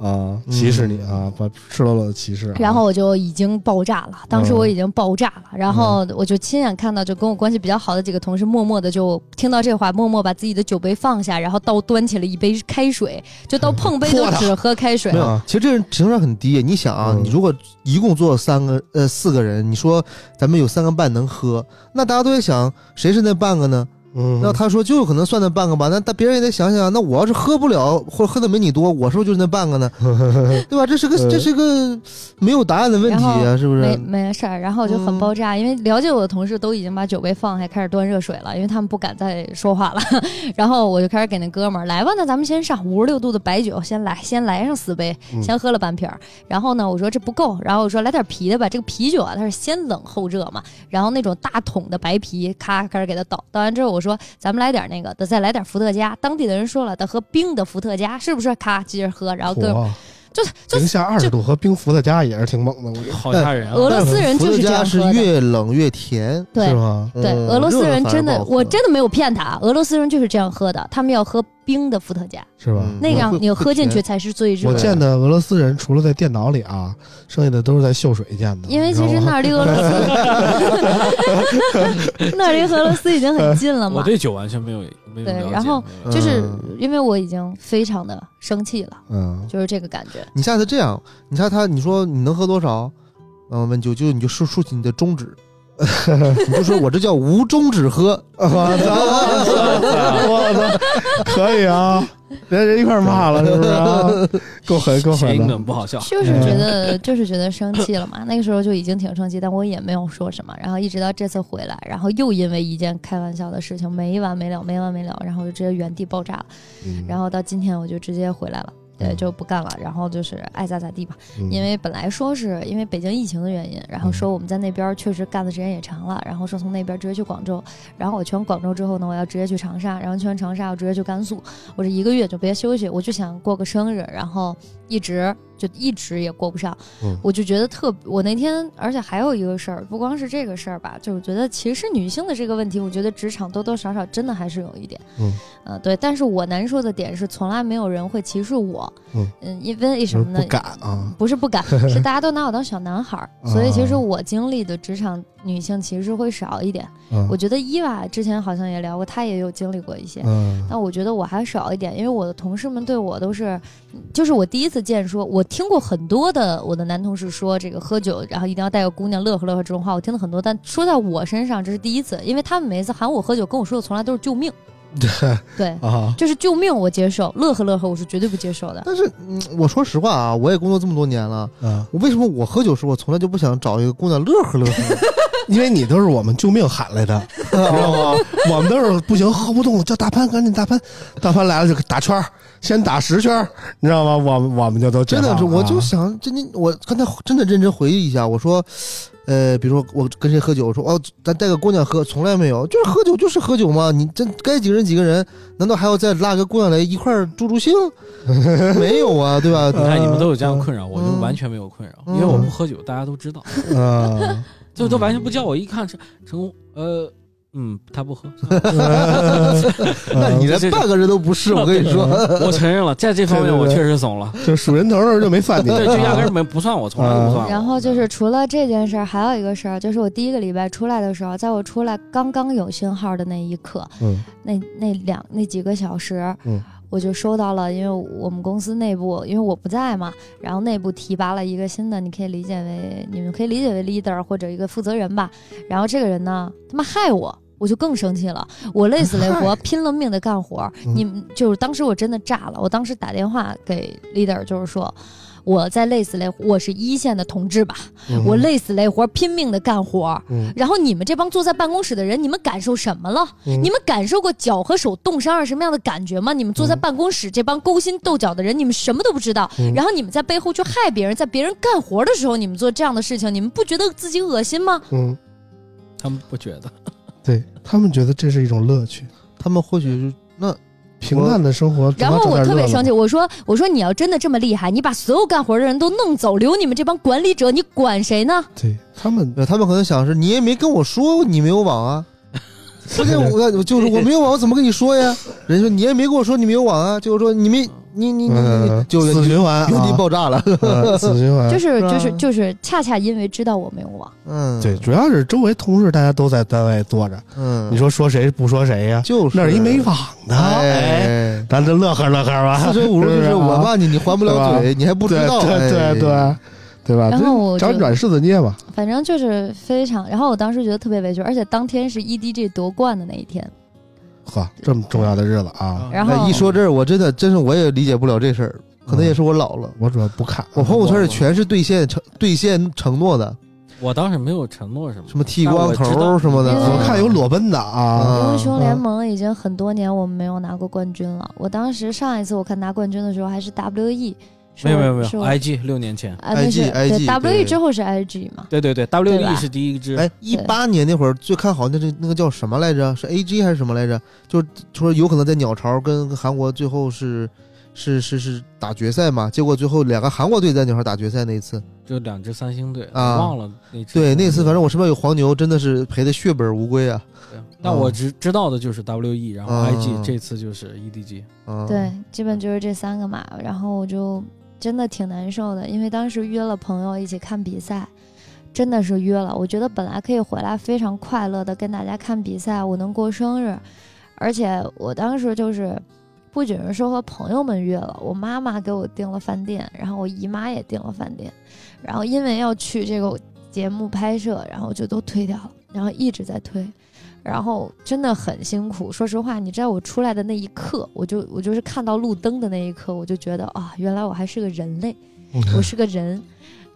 啊！歧视你啊，把赤裸裸的歧视啊。然后我就已经爆炸了，当时我已经爆炸了，然后我就亲眼看到，就跟我关系比较好的几个同事，默默的就听到这话，默默把自己的酒杯放下，然后倒端起了一杯开水，就到碰杯都只喝开 [LAUGHS] 水没。有，其实这人情商很低。你想啊，嗯你如果一共坐三个呃四个人，你说咱们有三个半能喝，那大家都在想谁是那半个呢？嗯，那他说就有可能算那半个吧，那但别人也得想想，那我要是喝不了或者喝的没你多，我是不是就是那半个呢？对吧？这是个嗯这是个没有答案的问题然啊，是不没是？没事儿，然后我就很爆炸，因为了解我的同事都已经把酒杯放下，开始端热水了，因为他们不敢再说话了。 [LAUGHS] 然后我就开始给那哥们儿来吧，那咱们先上五十六度的白酒，先来先来上四杯，嗯先喝了半瓶儿。然后呢，我说这不够，然后我说来点啤的吧，这个啤酒啊它是先冷后热嘛，然后那种大桶的白啤，咔开始给他倒，倒完之后我说咱们来点那个，得再来点伏特加。当地的人说了，得喝冰的伏特加，是不是？咔接着喝，然后哥们儿火就就零下二十度和冰伏的家也是挺猛的，我觉得。好吓人俄啊！罗斯人伏就特是这加样是喝的。越冷越甜，对是吗？对，嗯俄罗斯人真热的了，反而不好喝我真的没有骗他，俄罗斯人就是这样喝的，他们要喝冰的伏特加，是吧？嗯那样你喝进去才是最热我的。见的俄罗斯人除了在电脑里啊，剩下的都是在秀水见的。因为你其知道实吗那儿离俄罗斯，那儿离俄罗斯已经很近了我嘛，对酒完全没有没有嗯对了解。然后没嗯有就是因为我已经非常的生气了，嗯，就是这个感觉。你下次这样，你下次他你说你能喝多少？嗯，问九九，你就竖竖起你的中指， [LAUGHS] 你就说我这叫无中指 [LAUGHS] 喝。我 [LAUGHS] 操！我操！可以啊，人人一块儿骂了，是不是 [LAUGHS] 啊？够狠，够谐狠的。音梗不好嗯笑，就是觉得，就是觉得生气了嘛。那个时候就已经挺生气，但我也没有说什么。然后一直到这次回来，然后又因为一件开玩笑的事情没完没了，没完没了，然后就直接原地爆炸了。然后到今天我就直接回来了。对，嗯就不干了，然后就是爱咋咋地吧。嗯因为本来说是因为北京疫情的原因，然后说我们在那边儿确实干的时间也长了，然后说从那边儿直接去广州，然后我去完广州之后呢，我要直接去长沙，然后去完长沙我直接去甘肃，我这一个月就别休息，我就想过个生日，然后一直就一直也过不上，嗯我就觉得特，我那天而且还有一个事儿，不光是这个事儿吧，就是我觉得歧视女性的这个问题，我觉得职场多多少少真的还是有一点，嗯，呃，对，但是我难受的点是从来没有人会歧视我，嗯因为为什么呢？不敢啊，不是 [LAUGHS] 不敢，是大家都拿我当小男孩儿，所以其实我经历的职场女性歧视会少一点。嗯我觉得伊娃之前好像也聊过，她也有经历过一些，嗯，但我觉得我还少一点，因为我的同事们对我都是，就是我第一次见说，我听过很多的我的男同事说这个喝酒，然后一定要带个姑娘乐呵乐呵这种话，我听了很多，但说到我身上这是第一次，因为他们每一次喊我喝酒跟我说的从来都是救 [LAUGHS] 命，对，啊，就是救命我接受，乐呵乐呵我是绝对不接受的。但是，嗯，我说实话啊，我也工作这么多年了，嗯，我为什么我喝酒时候我从来就不想找一个姑娘乐呵乐呵？因为你都是我们救命喊来的，知道吗？我们都是不行，喝不动了，叫大潘，赶紧大潘，大潘来了就打圈儿，先打十圈儿，你知道吗？我们我们就都真的是，解放了我啊就想，真的，我刚才真的认真回忆一下，我说，呃，比如说我跟谁喝酒，我说哦，咱带个姑娘喝，从来没有，就是喝酒就是喝酒嘛，你这该几个人几个人，难道还要再拉个姑娘来一块儿助助兴？ [LAUGHS] 没有啊，[LAUGHS] 对吧？你看你们都有这样的困扰，我就嗯完全没有困扰，嗯因为我不喝酒，大家都知道，嗯，就都完全不叫我。一看陈陈工，呃，嗯，他不喝， [LAUGHS] 那你这连这半个人都不是，我跟你说，我承认了，在这方面我确实怂了， [LAUGHS] 就数人头的时候就没算你，对，就压根儿没不算我，从来啊都不算我。嗯然后就是除了这件事儿，还有一个事儿，就是我第一个礼拜出来的时候，在我出来刚刚有信号的那一刻，嗯那那两那几个小时，嗯我就收到了，因为我们公司内部因为我不在嘛，然后内部提拔了一个新的，你可以理解为你们可以理解为 leader 或者一个负责人吧。然后这个人呢，他妈害我。我就更生气了，我累死累活，拼了命的干活儿。嗯你们就是当时我真的炸了，我当时打电话给 leader，就是说我在累死累活，我是一线的同志吧，嗯我累死累活，拼命的干活儿。嗯然后你们这帮坐在办公室的人，你们感受什么了？嗯你们感受过脚和手冻伤是什么样的感觉吗？你们坐在办公室、这帮勾心斗角的人，你们什么都不知道。嗯然后你们在背后去害别人，在别人干活的时候，你们做这样的事情，你们不觉得自己恶心吗？嗯，他们不觉得，对他们觉得这是一种乐趣，他们或许就那平淡的生活。然后总我要找点特别乐子生气，我说我说你要真的这么厉害，你把所有干活的人都弄走，留你们这帮管理者，你管谁呢？对他 [LAUGHS] 们呃他们可能想是你也没跟我说你没有网啊，关键我 [LAUGHS] 我就是我没有网，我怎么跟你说呀？人家说你也没跟我说你没有网啊，就是说你没你你你你嗯就死循环啊，原地爆炸了，嗯死循环就。是是啊就是就是，恰恰因为知道我没有网， [LAUGHS] 嗯，对，，主要是周围同事大家都在单位坐着，嗯，你说说谁不说谁呀？就是那儿一没网的，哦哎，啊哎，咱这乐呵乐呵吧。四舍五入就不是啊我骂你，你还不了对嘴，你还不知对道，对哎对对，对吧？然后我啊这找就软柿子捏吧。反正就是非常。然后我当时觉得特别委屈，而且当天是 EDG 夺冠的那一天，呵，这么重要的日子啊，然哎后一说这儿，我真的真是我也理解不了这事儿，可能也是我老了。我主要不看。我朋友圈里全是兑现承兑现承诺的，我倒是没有承诺什么什么剃光但我知道头什么的。因为我看有哎裸奔的啊，英雄联嗯盟已经很多年我们没有拿过冠军了。我当时上一次我看拿冠军的时候还是 WE，是没有没有我没是有我，IG 六年前，啊，那是 IG 对 IG 对 WE 之后是 IG 嘛？对对对对吧，WE 是第一支，哎，一八年那会儿最看好那是那个叫什么来着？是 A G 还是什么来着？就是说有可能在鸟巢跟跟韩国最后是是是是打决赛嘛？结果最后两个韩国队在鸟巢打决赛那一次，就两支三星队，啊我忘了那支对，那次反正我身边有黄牛，真的是赔的血本无归啊！对但我只知道的就是 WE，然后啊 IG 这次就是 E EDG，啊，对，基本就是这三个嘛。然后我就真的挺难受的，因为当时约了朋友一起看比赛，真的是约了。我觉得本来可以回来非常快乐的跟大家看比赛，我能过生日，而且我当时就是。不仅是说和朋友们约了，我妈妈给我订了饭店，然后我姨妈也订了饭店，然后因为要去这个节目拍摄，然后就都推掉了，然后一直在推，然后真的很辛苦。说实话，你知道我出来的那一刻，我就我就是看到路灯的那一刻，我就觉得啊，原来我还是个人类，嗯我是个人，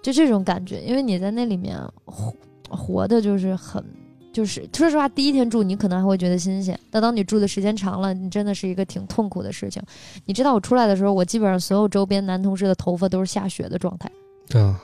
就这种感觉。因为你在那里面活活的就是很。就是说实话，第一天住你可能还会觉得新鲜，但当你住的时间长了，你真的是一个挺痛苦的事情。你知道我出来的时候，我基本上所有周边男同事的头发都是下雪的状态。嗯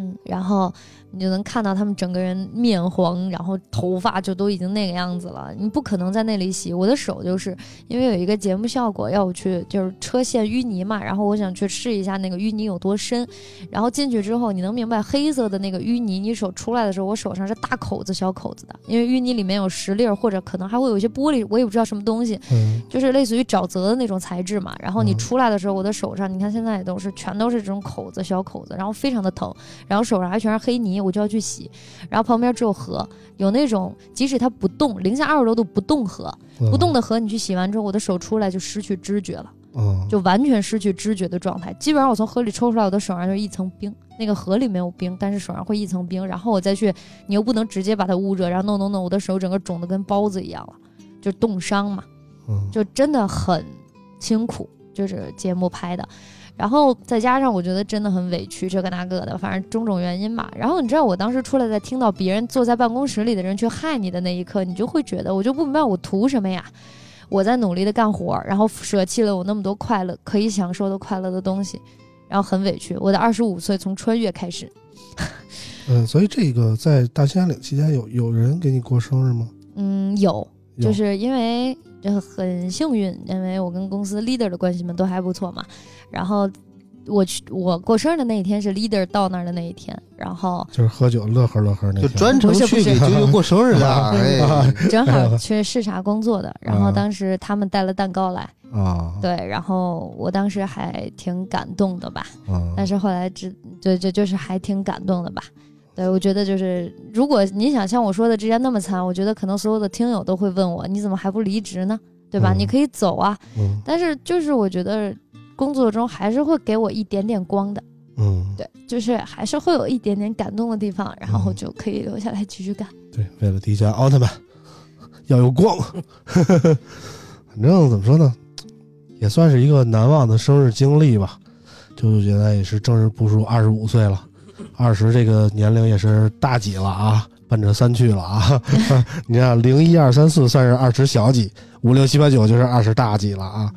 嗯，然后你就能看到他们整个人面黄，然后头发就都已经那个样子了。你不可能在那里洗。我的手就是因为有一个节目效果要我去，就是车线淤泥嘛，然后我想去试一下那个淤泥有多深。然后进去之后，你能明白黑色的那个淤泥，你手出来的时候，我手上是大口子小口子的，因为淤泥里面有石粒儿，或者可能还会有一些玻璃，我也不知道什么东西。嗯，就是类似于沼泽的那种材质嘛。然后你嗯出来的时候，我的手上，你看现在也都是全都是这种口子、小口子，然后非常的疼，然后手上还全是黑泥，我就要去洗。然后旁边只有河，有那种即使它不动，零下二十多度不动河，嗯不动的河，你去洗完之后，我的手出来就失去知觉了，嗯，就完全失去知觉的状态。基本上我从河里抽出来，我的手上就是一层冰。那个河里没有冰，但是手上会一层冰，然后我再去，你又不能直接把它捂热，然后弄弄弄，我的手整个肿的跟包子一样了，就冻伤嘛。嗯就真的很辛苦，就是节目拍的。然后再加上我觉得真的很委屈，这个那个的，反正种种原因吧。然后你知道我当时出来，在听到别人坐在办公室里的人去害你的那一刻，你就会觉得我就不明白我图什么呀？我在努力的干活，然后舍弃了我那么多快乐可以享受的快乐的东西，然后很委屈。我的二十五岁从穿越开始，嗯，所以这个在大兴安岭期间有有人给你过生日吗？嗯，有有就是因为这很幸运，因为我跟公司 leader 的关系们都还不错嘛。然后我去我过生日的那一天是 leader 到那儿的那一天，然后就是喝酒乐呵乐呵那就天，专程不是去不是给九九过生日的， [LAUGHS] 啊哎，正好去视察工 [LAUGHS] 作的。然后啊当时他们带了蛋糕来，啊对，然后我当时还挺感动的吧。啊，但是后来只就就就是还挺感动的吧。对，我觉得就是，如果你想像我说的之前那么惨，我觉得可能所有的听友都会问我，你怎么还不离职呢？对吧？嗯你可以走啊，嗯但是就是我觉得工作中还是会给我一点点光的，嗯，对，就是还是会有一点点感动的地方，然后就可以留下来继续干。对，为了迪迦奥特曼 [LAUGHS] 要有光， [LAUGHS] 反正怎么说呢，也算是一个难忘的生日经历吧。舅舅现在也是正式步入二十五岁了，二十这个年龄也是大几了啊，奔着三去了啊。 [LAUGHS] 你看零一二三四算是二十小几，五六七八九就是二十大几了啊。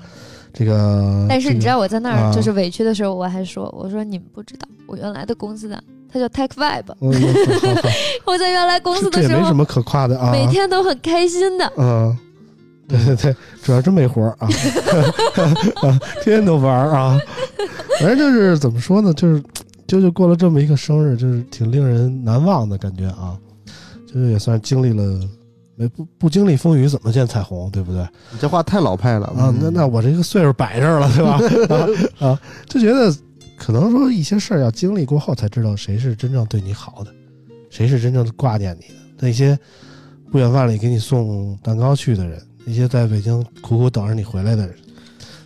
这个，但是你知道我在那啊儿就是委屈的时候，我还说，我说你们不知道，我原来的公司呢，它叫 Tech Vibe，这个，嗯 [LAUGHS] 好好好我在原来公司这的也时没什候，么可夸的啊。每天都很开心的。嗯，对对对，主要真没活儿啊， [LAUGHS] 啊天天都玩儿啊。反正就是怎么说呢，就是啾啾过了这么一个生日，就是挺令人难忘的感觉啊。就是也算经历了，没不不经历风雨怎么见彩虹，对不对？你这话太老派了嗯啊，那那我这个岁数摆这儿了，对吧？啊啊，就觉得可能说一些事儿要经历过后才知道谁是真正对你好的，谁是真正挂念你的。那些不远万里给你送蛋糕去的人，那些在北京苦苦等着你回来的人，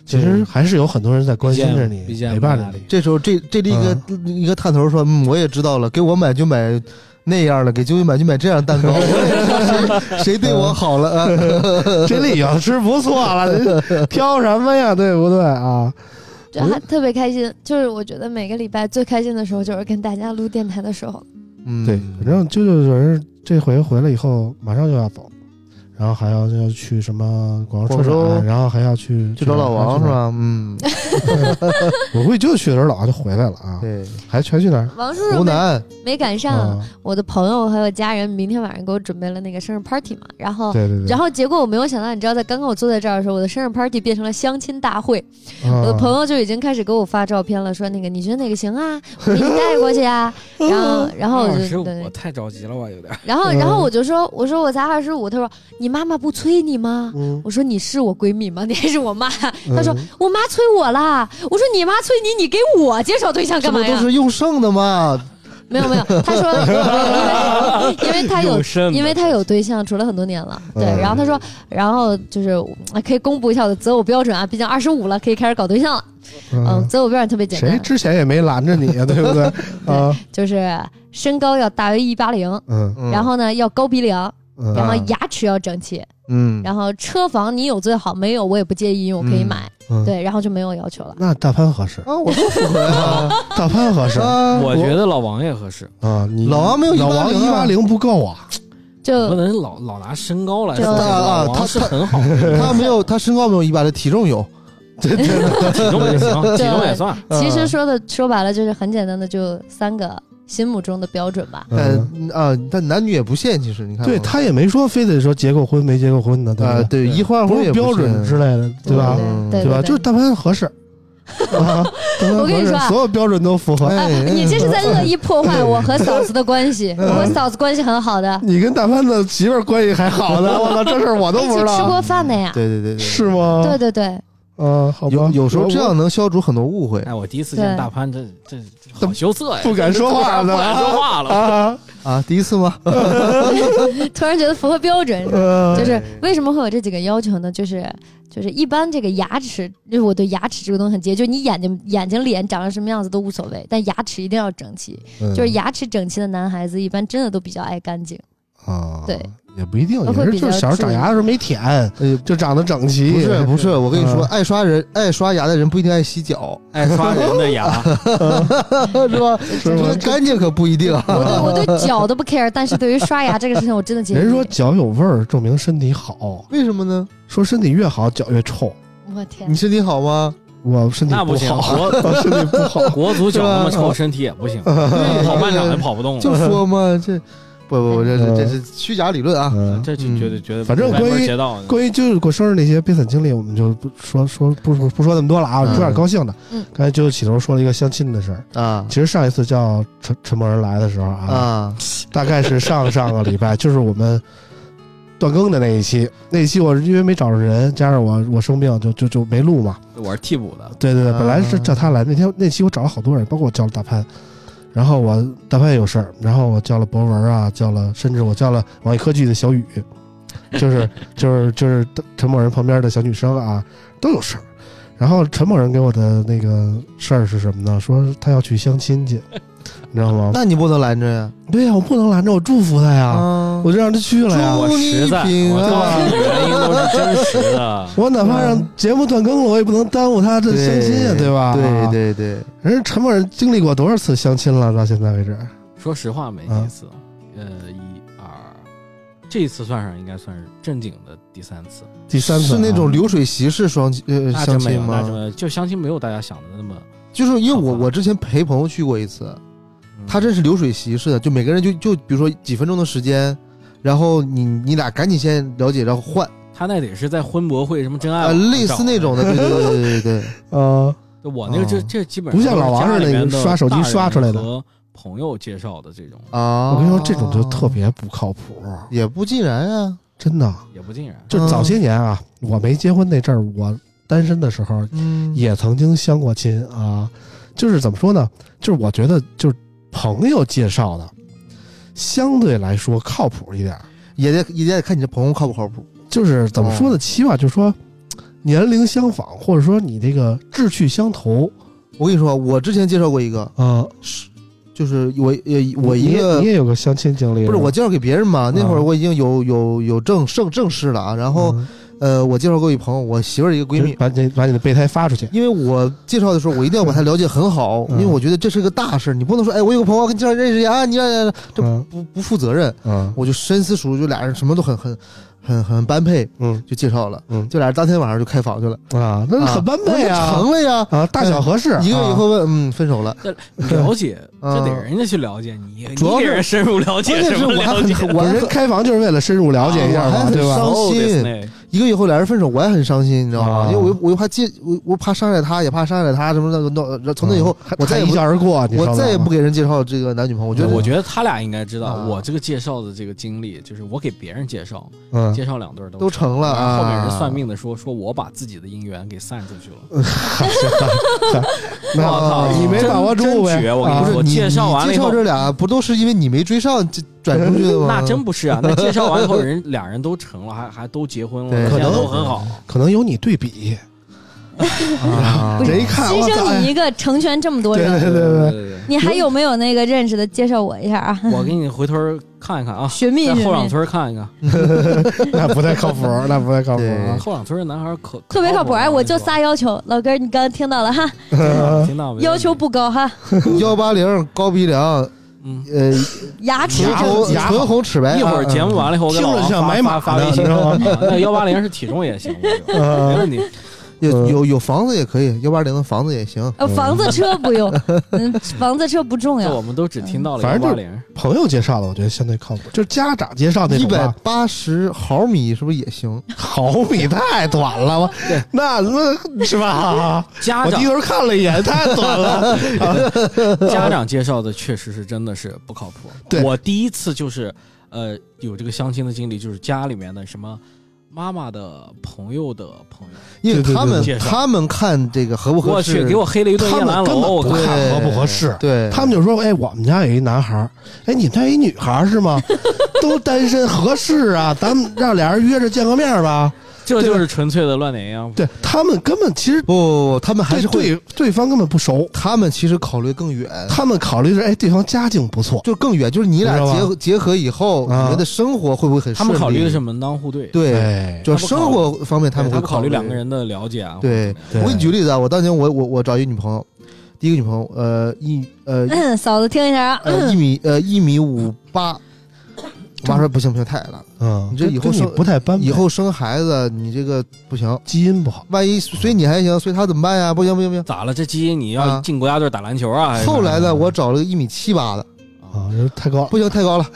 其实还是有很多人在关心着你， BGM 陪伴着你。这时候这这里一个、一个探头说，嗯，我也知道了，给我买就买那样的，给舅舅买就买这样的 [LAUGHS] 蛋糕，我也知道谁谁对嗯我好了啊？这里有吃不错了，这挑什么呀？对不对啊？就还特别开心，就是我觉得每个礼拜最开心的时候就是跟大家录电台的时候，嗯，对，反正舅舅人这回回来以后，马上就要走，然后还要要去什么广州车广州展，然后还要去去找老王是？吧？ [LAUGHS] 嗯，我估计就去的时候老王就回来了啊，对，还全去哪儿？王叔湖叔没南，没赶上，啊，我的朋友还有家人明天晚上给我准备了那个生日 party 嘛，然后。对对对。然后结果我没有想到，你知道，在刚刚我坐在这儿的时候，我的生日 party 变成了相亲大会。啊我的朋友就已经开始给我发照片了，说那个你觉得哪个行啊，我给你带过去 [LAUGHS] 啊。然后，然后我二十就五对，太着急了吧，有点儿。然后，然嗯后我就说，我说我才二十五，他说你妈妈不催你吗？嗯，我说你是我闺蜜吗？ [LAUGHS] 你还是我妈？他说嗯我妈催我啦。我说你妈催你，你给我介绍对象这干不嘛都呀？是用剩的吗？没有没有，他说因为因为他有肾因为他有对象，处了很多年了，对。嗯然后他说，然后就是嗯可以公布一下我的择偶标准啊，毕竟二十五了，可以开始搞对象了。嗯，嗯，择偶标准特别简谁单，之前也没拦着你啊，对不对？啊，就是身高要大于一八零，嗯嗯然后呢要高鼻梁， [LAUGHS] 嗯，然后啊牙齿要整齐，嗯，然后车房你有最好，没有我也不介意，因为我可以嗯买。嗯，对，然后就没有要求了。那大潘合适，啊，我都符合呀。 [LAUGHS] 大潘合适啊，我觉得老王也合适，啊，你老王没有老180王一八啊零不够啊，不就能老老拿身高来就说。啊啊老他王是很好， [LAUGHS] 他没有，他身高没有一八零，体重 [LAUGHS] 有。体重也行，体重也算。嗯其实说的说白了就是很简单的，就三个心目中的标准吧。嗯，但啊，但男女也不限，其实你看，对他也没说非得说结过婚没结过婚的，对啊，吧？对一换不婚是也标限准之类的，对吧？嗯对对吧？对，就是大潘合适，啊，大潘 [LAUGHS] 合我跟你适说啊所有标准都符合。啊，你这是在恶意破哎坏我和嫂子的关系。嗯我和嫂子关系很好的，你跟大潘的媳妇儿哎关系还好呢，我操，这事儿我都一不起知吃道，过饭的呀。对对对对，是吗？对，对对，嗯，好吧，有有时候我这样能消除很多误会哎，我第一次见对大潘，这这这好羞涩呀，不敢说话不呢敢说话了。啊，啊。第一次吗？突然觉得符合标准。呃，就是为什么会有这几个要求呢？就是就是一般这个牙齿，就是我对牙齿这个东西很介意，就是你眼睛眼睛脸长成什么样子都无所谓，但牙齿一定要整齐。嗯就是牙齿整齐的男孩子，一般真的都比较爱干净。啊，对，也不一定，会也是比就是较小时候注长意牙的时候没舔，呃，就长得整齐。不是不是，我跟你说，嗯爱刷人爱刷牙的人不一定爱洗 [LAUGHS] 脚，爱哎刷人的 [LAUGHS] 牙，是吧？是这吗个干净可不一定啊。我 [LAUGHS] 对我对脚都不 care，但是对于刷牙这个事情，我真的介意。人说脚有味儿，证明身体好。为什么呢？说身体越好，脚越臭。我天你，身体好吗？我身体 [LAUGHS] 那不行，好，国我身体不好。国足脚那么臭，身体也不 [LAUGHS] 行，跑半场也跑不动了。就说嘛，这不不不，这嗯这这是虚假理论啊。嗯，这就觉得觉得反正歪门关于邪道呢关于就是过生日那些悲惨经历，我们就不说说不说不说那么多了啊，嗯说点高兴的。嗯刚才就起头说了一个相亲的事儿，啊其实上一次叫陈陈某人来的时候啊，啊， [LAUGHS] 大概是上上个礼拜，就是我们断更的那一期。那一期我因为没找着人，加上我我生病，就就就没录嘛。我是替补的，对对对，啊本来是叫他来，那天那期我找了好多人，包括我叫了大潘，然后我大潘也有事儿，然后我叫了博文啊，叫了甚至我叫了网易科技的小雨， [LAUGHS] 就是就是就是陈某人旁边的小女生啊，都有事儿。然后陈某人给我的那个事儿是什么呢？说他要去相亲去，你知道吗？那你不能拦着呀！ [LAUGHS] 对呀、我不能拦着，我祝福他呀，哦啊，我就让他去了呀。我实在，祝你我啊平安告诉你，原因都是真 [LAUGHS] 实的。我哪怕让节目断更了，我也不能耽误他这啊对相亲呀，啊对吧？对对对，人家陈某人经历过多少次相亲了？到现在为止，说实话，没几次，呃，一二，这一次算上应该算是正经的第三次。第三次是啊那种流水席式双呃那相真没亲有，那真吗？没有就相亲没有大家想的那么，就是因为我好吧我之前陪朋友去过一次，嗯他真是流水席似的，就每个人就就比如说几分钟的时间，然后你你俩赶紧先了解，然后换他那得是在婚博会什么真爱啊，网类找似那种的，对对对对对 [LAUGHS] 对，呃，的。我那个这嗯这基本上不像都是老王家似的里面刷手机大人刷出来的和朋友介绍的这种啊，我跟你说，这种就特别不靠谱，也不尽然啊，真的。也不尽然。就早些年啊，我没结婚那阵儿，我单身的时候嗯也曾经相过亲啊。就是怎么说呢？就是我觉得，就是朋友介绍的，相对来说靠谱一点儿。也得也得看你这朋友靠不靠谱，就是怎么说哦呢？起码就是说年龄相仿，或者说你这个志趣相投我跟你说，我之前介绍过一个，啊。就是我也我你一也个你也有个相亲经历不是我介绍给别人嘛，那会儿嗯我已经有有有正正正式了啊，然然后嗯呃，我介绍过一朋友，我媳妇儿一个闺蜜，把你把你的备胎发出去，因为我介绍的时候，我一定要把她了解很好，嗯因为我觉得这是个大事儿，你不能说哎，我有个朋友跟你介绍认识一下啊，你让让这嗯不不负责任，嗯我就深思熟虑，就俩人什么都很很很很般配，嗯就介绍了，嗯就俩人当天晚上就开房去了，啊，那很般配啊啊成了呀，啊，大小合适，一个月以啊后问，嗯，分手了。了解，这得嗯人家去了解你，主要是你给人深入了关解键什是么我还了很解？ [LAUGHS] 我还我很人开房就是为了深入了解一下啊我还嘛，很对吧伤？哦心，this night 一个月后俩人分手，我也很伤心，你知道吗？啊因为我又我又怕介我我怕伤害他，也怕伤害他什么的。那从那以后，我再还也一笑不而过，你我知道再也吗不给人介绍这个男女朋友。我觉得我觉得他俩应该知道啊我这个介绍的这个经历，就是我给别人介绍，嗯，介绍两对儿都啊都成了然啊。后后面人算命的说说我把自己的姻缘给散出去了，那我操啊你没真把握住真呗？绝我跟你啊说不是你介绍完了你以介后绍这俩不都是因为你没追上就转出去的吗？那真不是啊，那介绍 [LAUGHS] 完以后人俩人都成了，还还都结婚对了，现在可能都很好。可能有你对 [LAUGHS] 比，啊人一看，牺我操，哎牲你一个，成全这么多对人，对对对对，对对，你还有没有那个认识的？介绍我一下啊，我给你回头看一看啊，寻觅在寻后两觅，村看一看，嗯那不太靠谱，那不太靠谱啊对。后两村的男孩可特别靠谱。哎，啊我就仨要求，老哥你刚刚听到了哈，嗯听到没？要求不高哈， [LAUGHS] 幺八零高鼻梁，嗯，呃，牙齿唇牙红牙好唇红齿哎白。一会儿啊节目完了以后，我给听老着王像发买马发发的微信你知道吗啊 [LAUGHS] 那幺八零是体重也行，我觉 [LAUGHS] 得嗯没问题。有有有房子也可以，幺八零的房子也行。呃，房子车不用，嗯，房子车不重这要我。们都只听到了反幺正八就零。朋友介绍的，我觉得相对靠谱，就是家长介绍那一种啊百吧，八十毫米是不是也行？毫米太短了，我那那是 [LAUGHS] 吧？家我长 [LAUGHS] 低头看了一眼，太短了。家长介绍的确实是真的是不靠谱。对我第一次就是呃有这个相亲的经历，就是家里面的什么妈妈的朋友的朋友，因为对对他们对对他们看这个合不合我适去，给，我黑了一顿他夜们兰根本楼，我不靠！看合不合适，对他们就说：“哎，我们家有一男孩儿，哎，你们家有一女孩儿是吗？都单身，合适啊，咱们让俩人约着见个面吧。这就是纯粹的乱点鸳鸯谱。对”他们根本其实不不不，他们还对是会，呃对对方根本不熟，他们其实考虑更远，他们考虑的是：哎，对方家境不错，就更远，就是你俩你知道吧结合结合以后，啊你们的生活会不会很他顺利？们考虑的是门当户对，对，哎，就生活方面他们他会考虑虑两个。人的了解啊。对或者怎么对我样给你举个例子啊，我当年我我我找一女朋友，第一个女朋友，呃一呃哎嗯，嫂子听一下啊，嗯呃一米呃一米五八，我妈说不行不行太矮了，嗯，你这以后跟你生不太般配，以后生孩子你这个不行，基因不好。万一随你还行，随他怎么办呀？不行不行不行。咋了？这基因你要啊进国家队打篮球啊？还是后来呢，我找了个一米七八的，啊，人太高了，不行，太高 [LAUGHS] 了。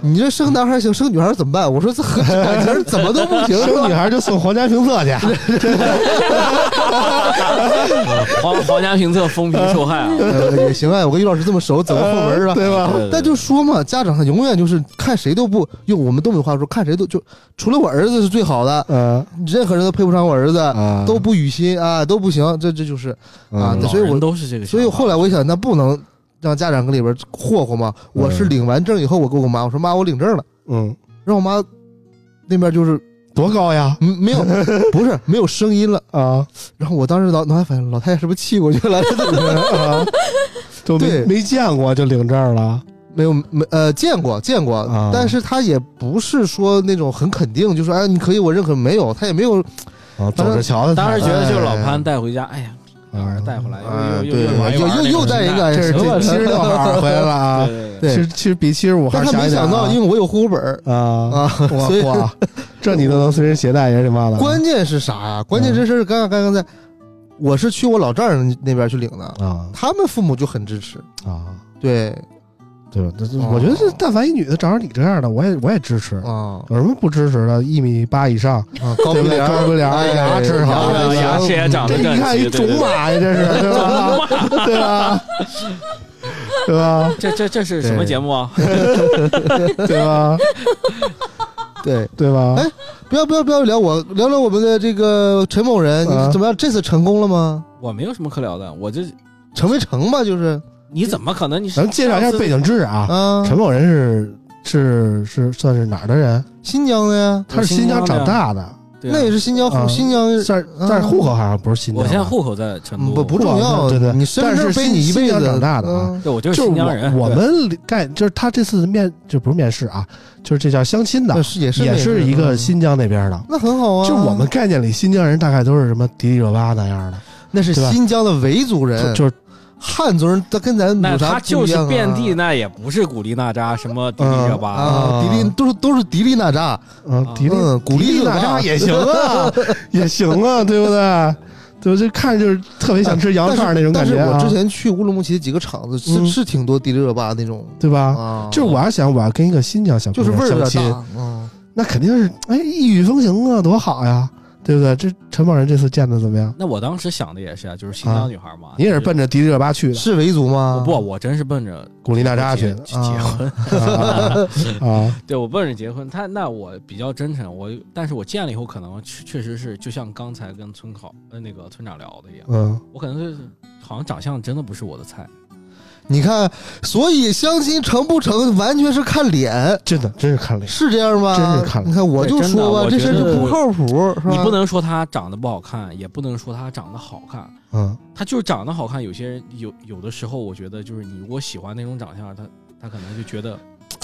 你这生男孩行，生女孩怎么办？我说这和感情怎么都不行。！[LAUGHS] 生女孩就送皇家评测去，皇皇家评测风评受害啊呃也行啊，我跟于老师这么熟，走个后门啊。对吧？对对对但就说嘛，家长他永远就是看谁都不用我们东北话说，看谁都就除了我儿子是最好的，嗯任何人都配不上我儿子，啊都不语心啊，都不行。这这就是，啊嗯老所以我人都是这个想法，所以后来我一想，那不能让家长跟里边霍霍嘛。嗯我是领完证以后，我跟我妈我说妈，我领证了，嗯让我妈那边就是多高呀？嗯，[LAUGHS] 没有，不是没有声音了。啊然后我当时脑脑海反应，老太太是不是气过去了？ [LAUGHS] 啊，都没对没见过就领证了没有，没呃见过见过，啊但是她也不是说那种很肯定，就说哎你可以我认可，没有，她也没有啊，走着瞧的。当时觉得就是老潘带回家，哎呀，把儿子带回来，啊，哎又对，又玩一又玩又那又种带一的个，这是行了七十 [LAUGHS] 六号回来了啊，对对对，其对实，其实比七十五号但她强没一点啊。想到，因为我有户口本儿，啊啊哇 [LAUGHS] 所以哇， [LAUGHS] 这你都能随身携带，也是嘛的。关键是啥嗯呀？关键这事儿刚刚刚才，我是去我老丈人那边去领的，啊他们父母就很支持，啊，对对吧？这这哦我觉得这但凡一女的长成你这样的，我也我也支持。啊有什么不支持的？一米八以上，啊，高对鼻不对梁高鼻梁哎牙齿好牙对齿牙好齿也长这得一看一种啊马呀，这是对吧？对吧？ [LAUGHS] 对吧？这这这是什么节目啊？对吧？对，对吧？哎不要不要不要聊我，聊聊我们的这个陈某人，啊你怎么样？这次成功了吗？我没有什么可聊的，我这成没成吧？就是你怎么可能？你嗯咱们介绍一下背景知识啊。啊，陈某人是是是算是哪儿的人？新疆的呀，他是新疆长大的，对啊那也是新疆户，啊新疆但是但是户口好像不是新疆我的。现在户口在成嗯都，不不重要，对对你身份但证是背新你一辈新疆子长大的啊嗯对我就是就是新疆人，我我对们干就是他这次面就不是面试啊，就是这叫相亲的那，是也是也那是一嗯个，新疆那边的嗯。那很好啊。就我们概念里，新疆人大概都是什么迪丽热巴那样的，那是对吧新疆的维族人，就就是汉族人，他跟咱那有啥他不就一是样啊遍地，那也不是古力娜扎什么迪丽热巴，啊，啊迪丽都是都是迪丽娜扎，嗯，哦迪丽嗯，古迪力丽娜娜扎扎也行 [LAUGHS] 啊，也行啊，对不对？对吧，就看着就是特别想吃羊肉串那种感但是觉啊我之前去乌鲁木齐几个厂子，是嗯是挺多迪丽热巴那种对吧？啊，就是我要想我要跟一个新疆小姑就是娘味儿有相亲，点大，嗯，那肯定是哎异域风情啊，多好呀，对不对？这陈某人这次见的怎么样？那我当时想的也是啊，就是新啊疆女孩嘛。你也是就奔着迪丽热巴去的，是维族吗？不，我真是奔着古力娜扎去的结结婚，啊啊啊！对我奔着结婚。他那我比较真诚，我但是我见了以后，可能确确实是就像刚才跟村考呃那个村长聊的一样，嗯，我可能是好像长相真的不是我的菜。你看，所以相亲成不成，完全是看脸，真的真是看脸，是这样吗？真是看脸你看，我就对真的说吧，我这觉事得儿就不靠谱，是吧？你不能说他长得不好看，也不能说他长得好看，嗯他就是长得好看。有些人有有的时候，我觉得就是你如果喜欢那种长相，他他可能就觉得，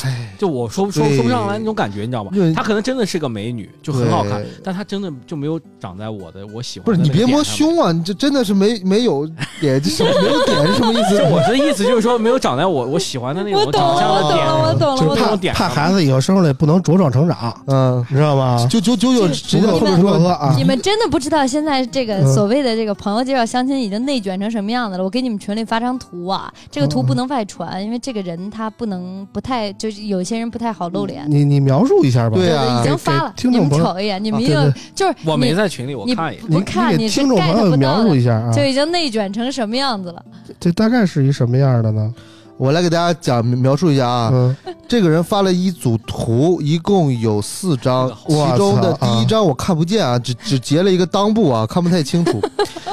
哎，就我说不说对说不上来那种感觉，你知道吧对？他可能真的是个美女，就很好看对，但他真的就没有长在我的我喜欢不的是那你个点别上面。摸胸啊，你这真的是没没有点，这什么没有点是什么意思？就 [LAUGHS] 我的意思就是说，没有长在我我喜欢的那我种懂长了，相我的点。懂了，我懂了，就是我懂怕了。点怕上孩子以后生出来不能茁壮成长，嗯，你知道吗？九九九九这直接不后会面说说喝啊你们真的不知道现在这个嗯所谓的这个朋友介绍相亲已经内卷成什么样子了。我给你们群里发张图啊，这个图嗯不能外传，因为这个人他不能不太，就是有些人不太好露脸。你你描述一下吧。对啊已经发了，嗯给给听你众们朋友瞅一眼，你们啊又、对就是我没你在群里，我你看一眼。你不看你给你是听众 get 朋友不描到述的，一下啊，就已经内卷成什么样子了。这大概是一什么样的呢？我来给大家讲描述一下啊，嗯这个人发了一组图，一共有四张，其哇中的操啊第一张我看不见啊，只只截了一个裆部啊，看不太清楚。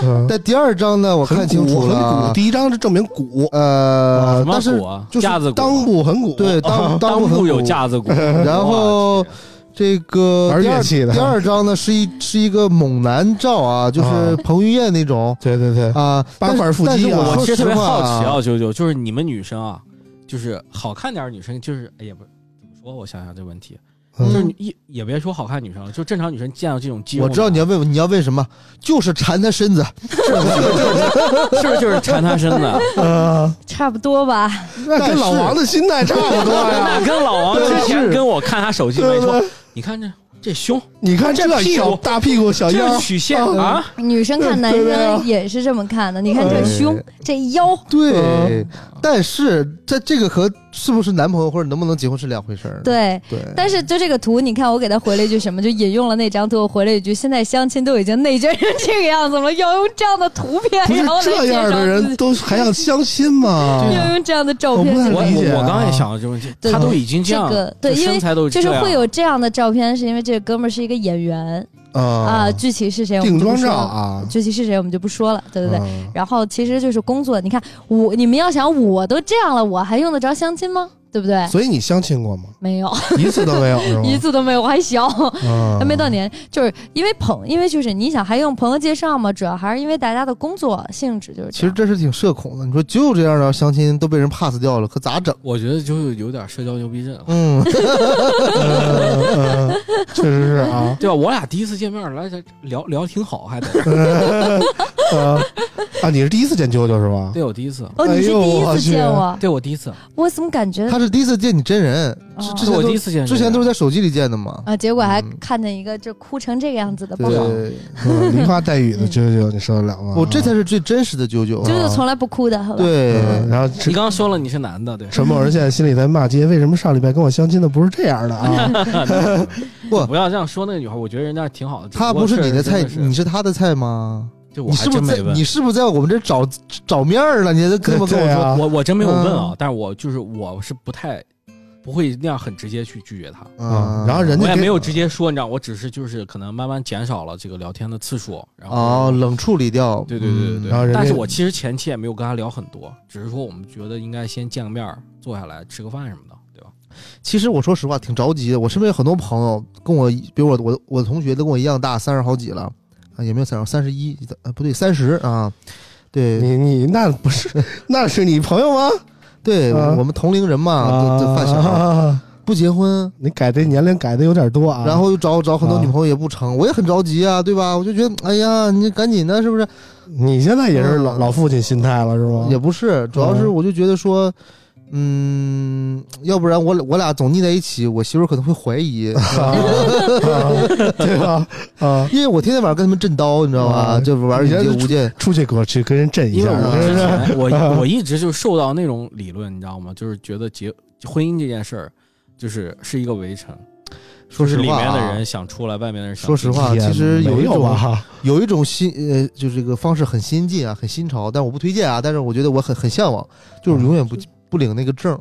嗯，但第二张呢，我我看清楚很了鼓。啊，第一张是证明鼓，呃什，么但是鼓啊？就是架子鼓。裆部很鼓，对 [LAUGHS] 裆裆部部很有鼓 [LAUGHS] 架子鼓，然后哇这个玩第乐二器的第二张呢是一是一个猛男照啊，就是啊彭于晏那种对对对，啊，八块腹肌啊但是我我其说实特实别话好奇啊，九九，就是你们女生啊，就是好看点儿女生，就是哎呀不是怎么说，我想想这问题，就是嗯你一也别说好看女生了，就正常女生见到这种肌肉我男，知道你要问你要问什么，就是馋他身子，是不是就是缠她身子？啊呃，差不多吧，那跟老王的心态差 [LAUGHS] 不多呀。 [LAUGHS] 那跟老王之前跟我看他手机没对说吧，？你看这这胸， [LAUGHS] 啊你看这这屁股小大屁股小腰这，曲线啊，女生看男对对哎啊生也是这么看的。你看这胸，这腰，对，但是在这个和是不是男朋友或者能不能结婚是两回事儿。对。对，但是就这个图，你看我给他回了一句什么，就引用了那张图，我回了一句：现在相亲都已经内卷成这个样子了，要用这样的图片，不是然后来这哎介样绍的自己人都还要相亲吗？要用这样的照我片不太去嗯我理解啊我刚刚也想到这个问题，对他都已经这这样，个对，就因为身材都就是这样会有这样的照片，是因为这个哥们儿是一个演员啊，具体是谁我们定就不妆说照了，啊，具体是谁我们就不说了，对不对？嗯啊然后其实就是工作，你看我，你们要想我都这样了，我还用得着相亲吗？对不对？所以你相亲过吗？没有， [LAUGHS] 一次都没有是吗？一次都没有，我还小，啊还没到年，就是因为朋，因为就是你想还用朋友介绍吗？主要还是因为大家的工作性质就是这样。其实这是挺社恐的。你说就这样的相亲都被人 pass 掉了，可咋整？我觉得就是有点社交牛逼症了。嗯，嗯嗯确实是啊，对吧？我俩第一次见面来这聊聊挺好， [LAUGHS] 还得呃啊，你是第一次见啾啾是吧？对我第一次，哦，你是第一哎呦我次去见我，对我第一次，我怎么感觉他是第一次见你真人，之哦哦之是前我都第一次见这个人，之前都是在手机里见的嘛。啊？结果还嗯看见一个就哭成这个样子的，不对好。对，嗯梨花带雨的啾啾，你受得了哦吗？我这才是最真实的啾啾。就是从来不哭的，好吧？对，嗯然后这你刚刚说了你是男的，对，陈某人现在心里在骂街，为什么上礼拜跟我相亲的不是这样的啊？不不要这样说那个女孩，我觉得人家挺好的。只他不过是你确的实菜，真是你是他的菜吗？就我你还是不真是没在问你。是不是在我们这找找面儿了？你还跟我跟对我说，啊我我真没有问啊嗯，但是我就是我是不太不会那样很直接去拒绝他，啊嗯，然后人我家也给没有直接说，你知道，我只是就是可能慢慢减少了这个聊天的次数，然后哦，嗯冷处理掉。对对对对对，然后人家但是我其实前期也没有跟他聊很多，只是说我们觉得应该先见个面儿，坐下来吃个饭什么的，对吧？其实我说实话挺着急的，我身边有很多朋友跟我，比如我我我的同学都跟我一样大，三十好几了啊，也没有三十，三十一，呃不对，三十啊，对你你那不是那是你朋友吗？对，啊我们同龄人啊嘛，这这发小啊不结婚，你改的年龄改的有点多啊。然后又找找很多啊女朋友也不成，我也很着急啊，对吧？我就觉得哎呀，你赶紧的，是不是？啊你现在也是老嗯老父亲心态了是吗？也不是，主要是嗯我就觉得说，嗯，要不然我我俩总腻在一起，我媳妇儿可能会 [LAUGHS] 怀疑，是吧啊 [LAUGHS] 对吧？啊，因为我天天晚上跟他们震刀，你知道吧？啊就玩你有这无间，出去给我去跟人震一因为下我啊，嗯 [LAUGHS] 之前我我一直就受到那种理论，你知道吗？就是觉得结婚姻这件事儿，就是是一个围城，说就是实里话面啊的人想出来，外面的人想说实进话也其实有没一有种 [LAUGHS] 吧？有一种新呃，就是这个方式很先进啊，很新潮，但我不推荐啊。但是我觉得我很很向往，就是永远嗯不不领那个证，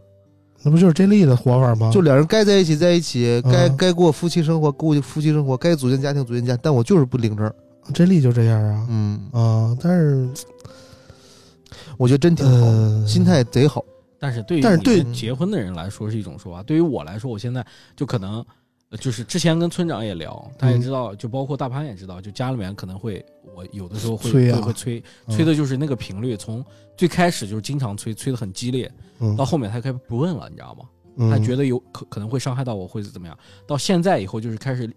那不就是这例的活法吗？就两人该在一起在一起，该嗯该过夫妻生活过夫妻生活，该组建家庭组建家，但我就是不领证。这例就这样啊嗯，啊！但是我觉得真挺好，呃，心态贼好。但是对于但是你对们结婚的人来说是一种说法，对于我来说，我现在就可能呃就是之前跟村长也聊，他也嗯知道，就包括大潘也知道，就家里面可能会我有的时候会催啊会会催嗯催的就是那个频率，从最开始就是经常催，催的很激烈，嗯到后面他开始不问了，你知道吗？嗯他觉得有可可能会伤害到我，或者怎么样？到现在以后就是开始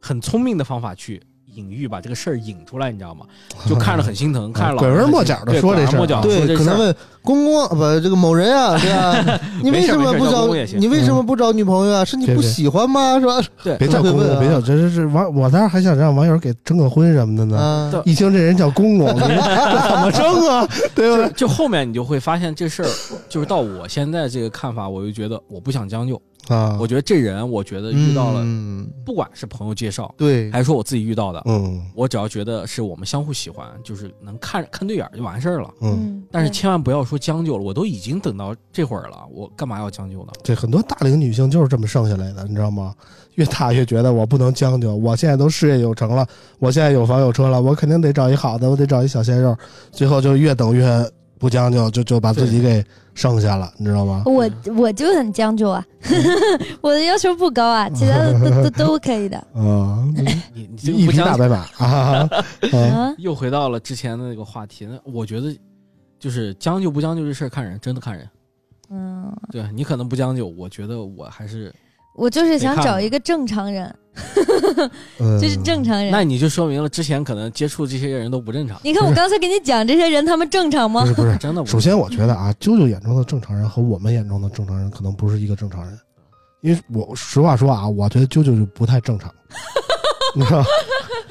很聪明的方法去隐喻把这个事儿引出来，你知道吗？就看着很心 [LAUGHS] 疼，看着老拐人弯很抹心角地对说这拐弯事儿啊抹角对说，这可事能儿问公公啊不，这个某人啊，对 [LAUGHS] 吧？你为没事什么没不事叫找公公也？行你为什么不找女朋友啊？是你别不别喜欢吗？是吧？别 [LAUGHS] 叫公公，别叫，这这这网，我当时还想让网友给征个婚什么的呢。啊，对一听这人叫公公，你这怎么征啊？对不就对？就后面你就会发现这事儿，就是到我现在这个看法，我就觉得我不想将就。啊，我觉得这人，我觉得遇到了，嗯不管是朋友介绍，对，还是说我自己遇到的，嗯我只要觉得是我们相互喜欢，就是能看看对眼儿就完事儿了。嗯，嗯，但是对千万不要说将就了，我都已经等到这会儿了，我干嘛要将就呢？对，很多大龄女性就是这么剩下来的，你知道吗？越大越觉得我不能将就，我现在都事业有成了，我现在有房有车了，我肯定得找一好的，我得找一小鲜肉，最后就越等越不将就，就就把自己给剩下了，你知道 [LAUGHS] 吗？我我就很将就啊， [LAUGHS] 我的要求不高啊，其他的都都都可以的啊，你你这个一不匹大将就，白马 [LAUGHS] 啊！啊啊。又回到了之前的那个话题。那我觉得，就是将就不将就这事儿看人，真的看人。嗯，对你可能不将就，我觉得我还是，我就是想没看找过一个正常人，嗯就是正常人。那你就说明了之前可能接触这些人都不正常。你看我刚才给你讲这些人，他们正常不吗？是不是，真的不是，首先，我觉得啊，啾啾眼中的正常人和我们眼中的正常人可能不是一个正常人，因为我实话说啊，我觉得啾啾就不太 [LAUGHS] 正常，你知道， [LAUGHS]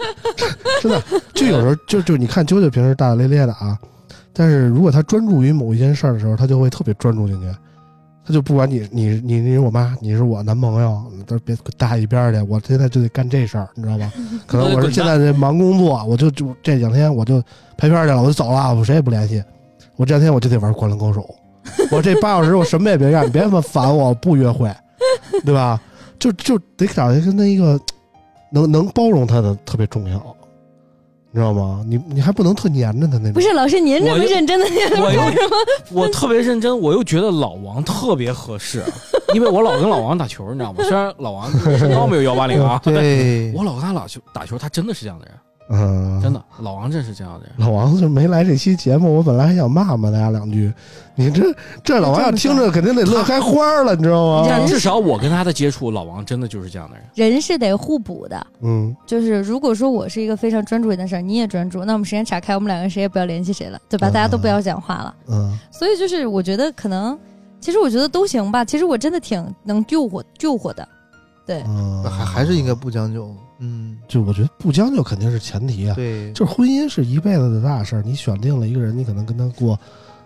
真的就有时候就就你看啾啾平时大大咧咧的啊，但是如果他专注于某一件事儿的时候，他就会特别专注进去，他就不管你你你你是我妈，你是我男朋友，你都别滚搭一边儿去，我现在就得干这事儿，你知道吧？可能我是现在这忙工作，我就就这两天我就拍片儿去了，我就走了，我谁也不联系。我这两天我就得玩《灌篮高手》，我这八小时我什么也别干，你别他妈烦我，我不约会，对吧？就就得找一个那一个能能包容他的特别重要，你知道吗？你你还不能特粘着他那种。不是老师，您这我么又认真的，我 [LAUGHS] 又我特别认真，我又觉得老王特别合适，因为我老跟老王打球，你知道吗？虽然老王身高没有幺八零啊，[LAUGHS] 但对，我老跟他打球，打球他真的是这样的人，嗯，真的，老王真是这样的人。老王是没来这期节目，我本来还想骂骂大家两句，你这这老王要听着肯定得乐开花了，你知道吗？但至少我跟他的接触，老王真的就是这样的人。人是得互补的。嗯，就是如果说我是一个非常专注一件事儿，你也专注，那我们时间岔开，我们两个人谁也不要联系谁了，对吧？嗯大家都不要讲话了。嗯，所以就是我觉得可能，其实我觉得都行吧。其实我真的挺能救火救火的，嗯，还还是应该不将就。嗯，就我觉得不将就肯定是前提啊，对，就是婚姻是一辈子的大事儿，你选定了一个人，你可能跟他过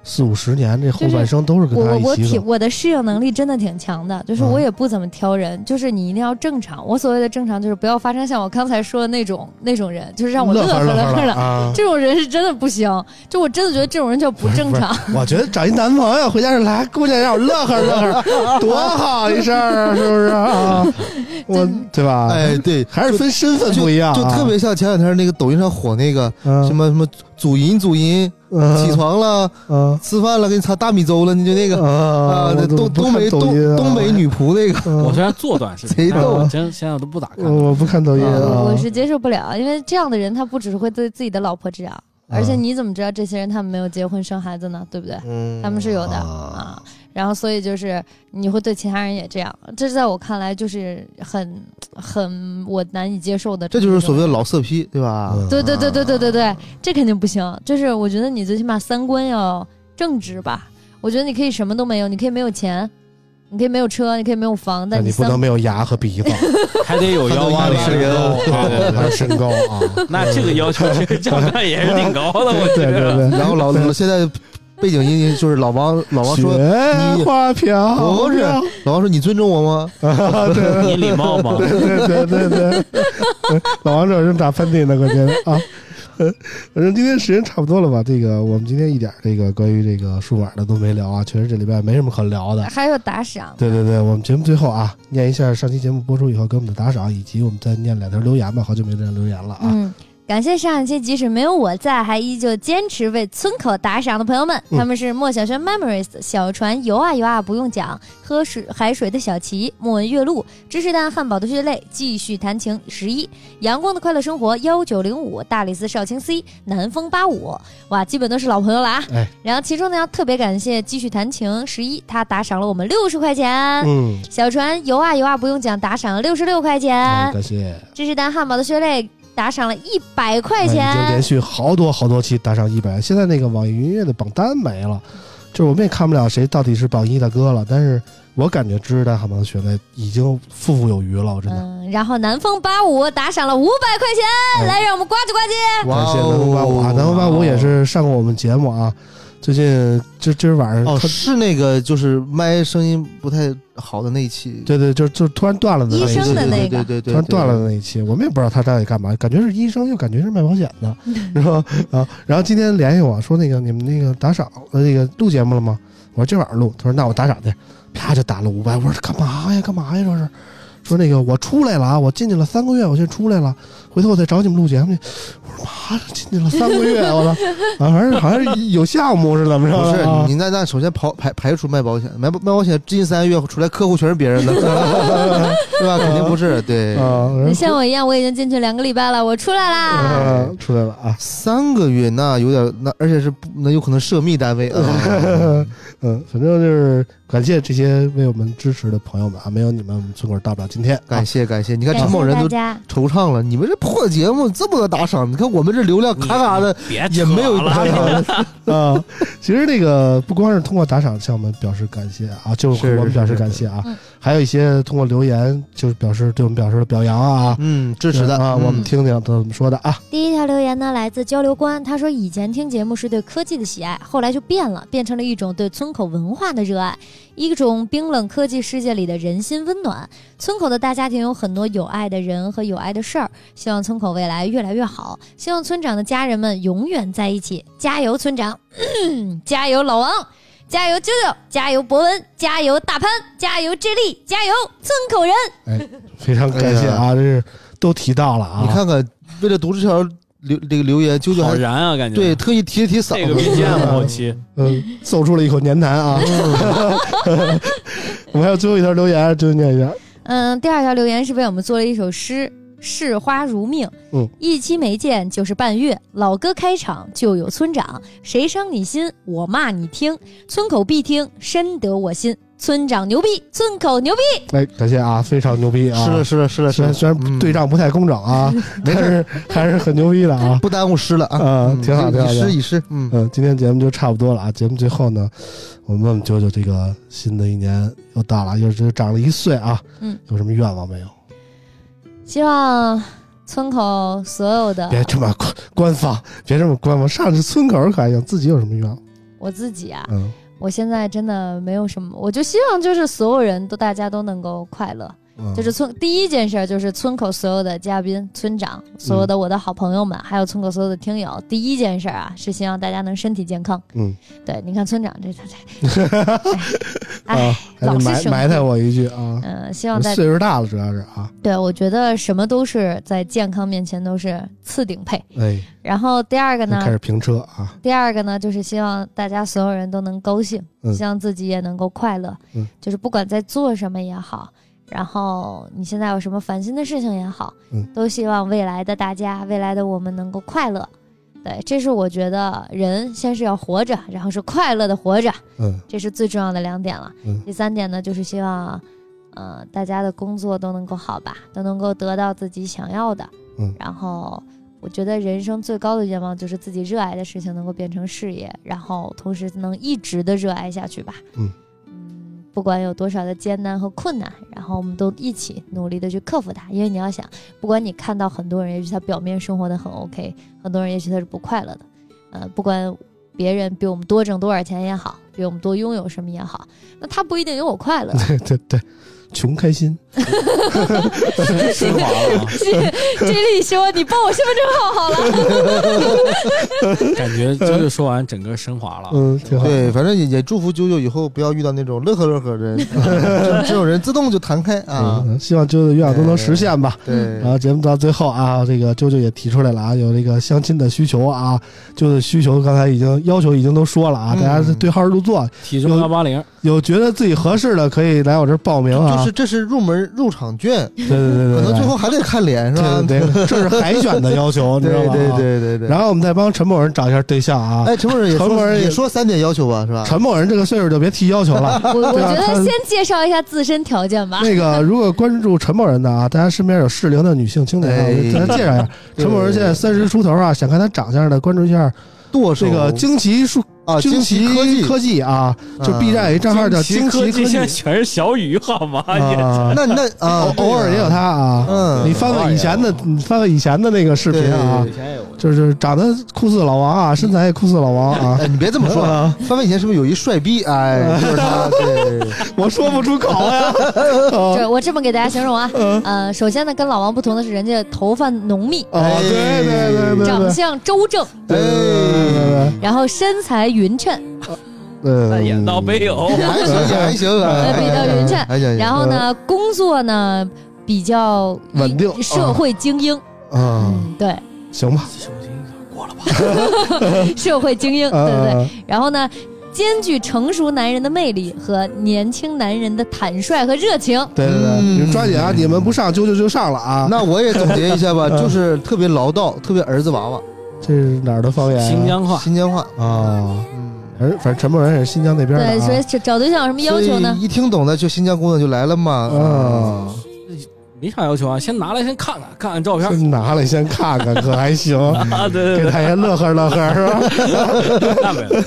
四五十年，这后半生都是嗯跟我他我我一起挺走。我的适应能力真的挺强的，就是我嗯也不怎么挑人，就是你一定要正常。我所谓的正常就是不要发生像我刚才说的那种那种人，就是让我乐呵呵呵乐呵了了。啊！ [LAUGHS] 这种人是真的不行，就我真的觉得这种人叫不正常。我觉得找一男朋友回家是来姑娘让我乐呵乐呵，多好一事儿啊，是不是 [LAUGHS] 啊？我真对吧？哎，对，还是分身份不一样啊，嗯就特别像前两天那个抖音上火那个什什么什么祖银祖银，么起床了，嗯吃饭了，给你擦大米粥了，你就那个啊啊，那东东北东东北，女仆那个，我我虽然做短视贼频，但逗我真现在都不咋看。嗯我不看抖音嗯啊，嗯我是接受不了，因为这样的人他不只是会对自己的老婆这样，而且嗯你怎么知道这些人他们没有结婚生孩子呢？对不对？嗯他们是有的啊啊。然后所以就是你会对其他人也这样，这在我看来就是很很我难以接受的。这就是所谓的嗯老色批，对吧？嗯对对对对对对对，这肯定不行。就是我觉得你最起码三观要正直吧。我觉得你可以什么都没有，你可以没有钱，你可以没有车，你可以没有房，但但你不三能没有牙和 [LAUGHS] 鼻子，还得有幺八零还得有180还有身高啊， [LAUGHS] 那这个要求其实长相也是挺高的，我对觉对得。对。然后 [LAUGHS] 老老现在背景音就是老王，老王说，雪花飘，不是，老王说你尊重我吗？啊，对你礼貌吗？对对对对对，老王这正打喷嚏呢，关键啊。反正今天时间差不多了吧？这个我们今天一点这个关于这个数码的都没聊啊，确实这礼拜没什么可聊的。还有打赏。 [LAUGHS] 对对对，我们节目最后啊，念一下上期节目播出以后给我们的打赏，以及我们再念两条留言吧。好久没念留言了啊，嗯，感谢上一期即使没有我在，还依旧坚持为村口打赏的朋友们，嗯他们是莫小轩 Memories、小船游啊游啊不用讲，喝水海水的小齐、莫文月露、芝士蛋汉堡的血泪、继续弹琴十一、阳光的快乐生活幺九零五、大理寺少卿 C、南风八五，哇，基本都是老朋友了啊。哎然后其中呢，要特别感谢继续弹琴十一，他打赏了我们六十块钱。嗯，小船游啊游啊，不用讲，打赏了六十六块钱。好感谢，芝士蛋汉堡的血泪打赏了一百块哎已经连钱，续好多好多期打赏一百，现在那个网易云音乐的榜单没了，就是我们也看不了谁到底是榜一大哥了，但是我感觉知识大汉堡的血泪已经富富有余了，我真的、嗯，然后南风八五打赏了五百块钱，哎嗯来让我们呱唧呱唧。哦感谢南风八五啊，南风八五也是上过我们节目啊，最近这今儿晚上哦，他、是那个就是麦声音不太好的那一期，对对，就就突然断了的那一医期生的那个对对突对，然断了的那一期，我们也不知道他到底干嘛，感觉是医生，又感觉是卖保险 [LAUGHS] 的，然后啊，然后今天联系我说那个你们那个打赏呃那个录节目了吗？我说今晚上录，他说那我打赏去，啪就打了五百，我说干嘛呀干嘛呀这是。说那个我出来了啊，我进去了三个月，我现在出来了，回头我再找你们录节目去。我说妈的，进去了三个月，我操！啊，反正好像是有项目是怎么着不的是啊？你那那首先刨排排除卖保险，卖卖保险近三个月出来客户全是别 [LAUGHS] 人的，对吧？肯定不是，对，啊，嗯然后你像我一样，我已经进去两个礼拜了，我出来啦。啊出来了啊，三个月那有点那，而且是不那有可能涉密单 [LAUGHS] 位啊，嗯，反正就是感谢这些为我们支持的朋友们啊，没有你们，我们村口到不了今天。感谢感谢，你看感陈某谢人大都家，惆怅了，你们这破节目这么多打赏，你看我们这流量咔咔 [LAUGHS] 的，别也没有扯打了。赏，啊、其实那个不光是通过打赏向我们表示感谢啊，就是是是我们表示是感谢啊，嗯还有一些通过留言就是表示对我们表示了表扬啊， [LAUGHS] 嗯，支持的啊，我们嗯听听他怎么说的啊，第一条留言呢来自交流官，他说以前听节目是对科技的喜爱，后来就变了，变成了一种对村口文化的热爱，一种冰冷科技世界里的人心温暖。村口的大家庭有很多有爱的人和有爱的事儿，希望村口未来越来越好，希望村长的家人们永远在一起，加油，村长！加油，老王！加油，啾啾！加油，博文！加油，大潘！加油，智利！加油，村口人！哎非常感谢啊，这是都提到了啊，你看看，为了读这条留这个留言，啾啾好还燃啊，感觉对特意提了提嗓这个子， BGM 后期嗯，奏出了一口粘痰啊。嗯 [LAUGHS] 我们还有最后一条留言，就念一下。嗯，第二条留言是为我们做了一首诗。视花如命，嗯，一期没见就是半月。老歌开场就有村长，谁伤你心，我骂你听。村口必听，深得我心。村长牛逼，村口牛逼。哎，感谢啊，非常牛逼啊！ [LAUGHS] 是了是了是了是虽了，然虽然嗯对仗不太工整 [LAUGHS] 啊，没但事，是还是很牛逼的啊。不耽误诗了啊，啊挺好以挺好以的诗以诗，嗯，嗯，今天节目就差不多了啊。节目最后呢，我们问问九九，这个新的一年又到了，又又长了一岁啊，嗯，有什么愿望没有？希望村口所有的别这么官官方，别这么官方。上次村口可还行，自己有什么愿望？我自己啊，嗯，我现在真的没有什么，我就希望就是所有人都大家都能够快乐。嗯就是村第一件事儿就是村口所有的嘉宾、村长、所嗯有的我的好朋友们，还有村口所有的听友，第一件事儿啊是希望大家能身体健康。嗯，对，你看村长这他这， [LAUGHS] 啊，还哎老得是埋生埋汰病我一句啊，嗯、希望在岁数大了主要是啊，对我觉得什么都是在健康面前都是次顶配。哎，然后第二个又呢，开始评车啊，第二个呢，就是希望大家所有人都能高兴，嗯希望自己也能够快乐。嗯就是不管在做什么也好，然后你现在有什么烦心的事情也好，嗯都希望未来的大家，未来的我们能够快乐。对，这是我觉得人先是要活着，然后是快乐的活着，嗯，这是最重要的两点了。嗯第三点呢，就是希望，呃，大家的工作都能够好吧，都能够得到自己想要的。嗯然后我觉得人生最高的愿望就是自己热爱的事情能够变成事业，然后同时能一直的热爱下去吧。嗯嗯不管有多少的艰难和困难，然后我们都一起努力的去克服它。因为你要想，不管你看到很多人，也许他表面生活的很 OK，很多人也许他是不快乐的。呃，不管别人比我们多挣多少钱也好，比我们多拥有什么也好，那他不一定有我快乐。 [LAUGHS] 对对对，穷开心，升华 [LAUGHS] 了啊，这里说你报我身份证号好了。感觉就是说完整个升华了。嗯，挺好。对，反正也也祝福啾啾以后不要遇到那种乐呵乐呵的人， [LAUGHS] 啊这这种人自动就弹开啊，嗯，希望啾啾愿望都能实现吧。对然，后节目到最后啊，这个啾啾也提出来了啊，有这个相亲的需求啊，就是需求刚才已经要求已经都说了啊，嗯大家是对号入座，体重幺八零，有觉得自己合适的可以来我这儿报名啊。就是这是入门入场券，对对对对，可能对最后还得看脸是吧？对对对，这是海选的要 [LAUGHS] 求，你对知道对吧？对对对对。然后我们再帮陈某人找一下对象啊。哎，陈某人也陈某说人也也说三点要求吧，是吧？陈某人这个岁数就别提要求 [LAUGHS] 了。我我对啊觉他得先介绍一下自身条件吧。那个，如果关注陈某人的啊，大家身边有适龄的女性青年啊，我给大家介绍一下。哎对陈某人现在三十出头啊，想看他长相的，关注一下剁手这个惊奇数啊，惊奇奇科技，科技啊，就 B 站有一账号叫惊奇科技现在全是小雨，好吗？啊，那那啊，偶偶尔也有他啊。嗯，你翻翻以前的，你翻翻以前的那个视频啊对，就是长得酷似老王啊，身材也酷似老王啊哎，。你别这么说，啊翻翻以前是不是有一帅逼？ [LAUGHS] 哎，就是他，对，我说不出口呀。啊这我这么给大家形容啊，嗯呃，首先呢，跟老王不同的是，人家头发浓密，啊，对对对对对长相周正，对对然后身材匀称，对对，眼到没有，嗯还行还行，哎哎呃，比较匀称。还行，然后呢，工作呢比较稳定啊 [LAUGHS] 社会精英，啊，嗯，对，行吧，社会精英，对对对。呃，然后呢，兼具成熟男人的魅力和年轻男人的坦率和热情。对对对，你们抓紧啊，你们不上啾啾就上了啊。那我也总结一下嗯吧，就是特别唠叨，特别儿子娃娃，这是哪儿的方言？新疆话。新疆话，啊，嗯。反正反正陈某人也是新疆那边的对，所以啊。找找对象有什么要求呢所？以一听懂的就新疆姑娘就来了嘛。啊啊，没啥要求啊，先拿来先看看，看看照 [LAUGHS] 片先拿来先看看，可还行， [LAUGHS] 啊， [LAUGHS] 对给对大家乐呵乐呵是 [LAUGHS] 吧？对，那没有，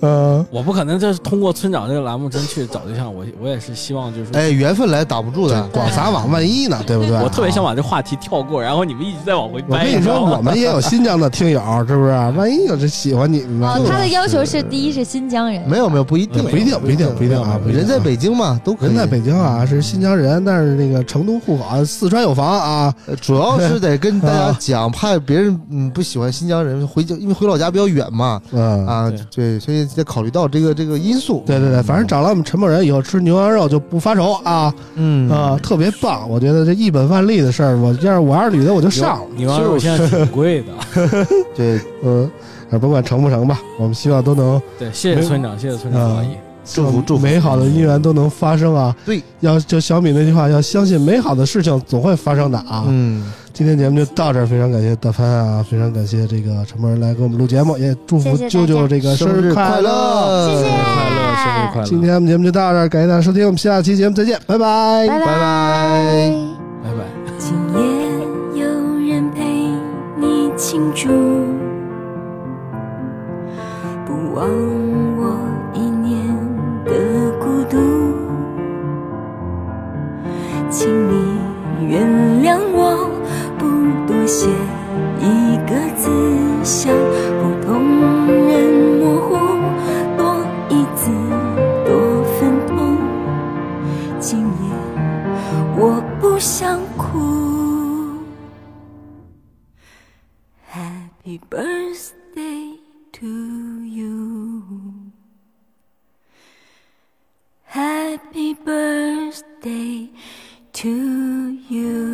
嗯，我不可能就是通过村长这个栏目真去找对象，我我也是希望就是说，哎，缘分来打不住的。广撒网，万一呢，对不对？啊我特别想把这话题跳过，然后你们一直在往回我掰。跟你知说，道吗我们也有新疆的听友，是不是？万一有这喜欢你们呢哦，他的要求是第一是新疆人，没有没有，不一定，呃不一定，不一定，不一定啊！不一定啊人在北京嘛，都可以。人在北京啊，是新疆人，但是那个成都户口啊，四川有房啊。呃，主要是得跟 [LAUGHS] 大家啊讲，怕别人嗯不喜欢新疆人，回家因为回老家比较远嘛。嗯，啊对，对，所以得考虑到这个这个因素。对对对，反正找了我们陈某人以后吃牛羊肉就不发愁啊嗯啊，特别棒！我觉得这一本万利的事儿，我要是我要是女的我就上了。牛羊肉现在挺贵的。对，嗯，啊甭管成不成吧，我们希望都能对，谢谢村长，谢谢村嗯长老姨。祝福祝福美好的姻缘都能发生啊！对，要就小米那句话，要相信美好的事情总会发生的啊！嗯，今天节目就到这儿，非常感谢大潘啊，非常感谢这个陈默人来给我们录节目，也祝谢福谢大家舅舅这个生日快乐！乐谢谢，快乐，生日快嗯乐！今天我们节目就到这儿，感谢大家收听，我们下期节目再见，拜拜拜拜拜。拜拜。今夜有人陪你庆祝，不忘我一年的孤独，请你原谅我不多写一个字，像普通人模糊，多一字多分痛，今夜。我不想哭。Happy birthday to you. Happy birthday to you.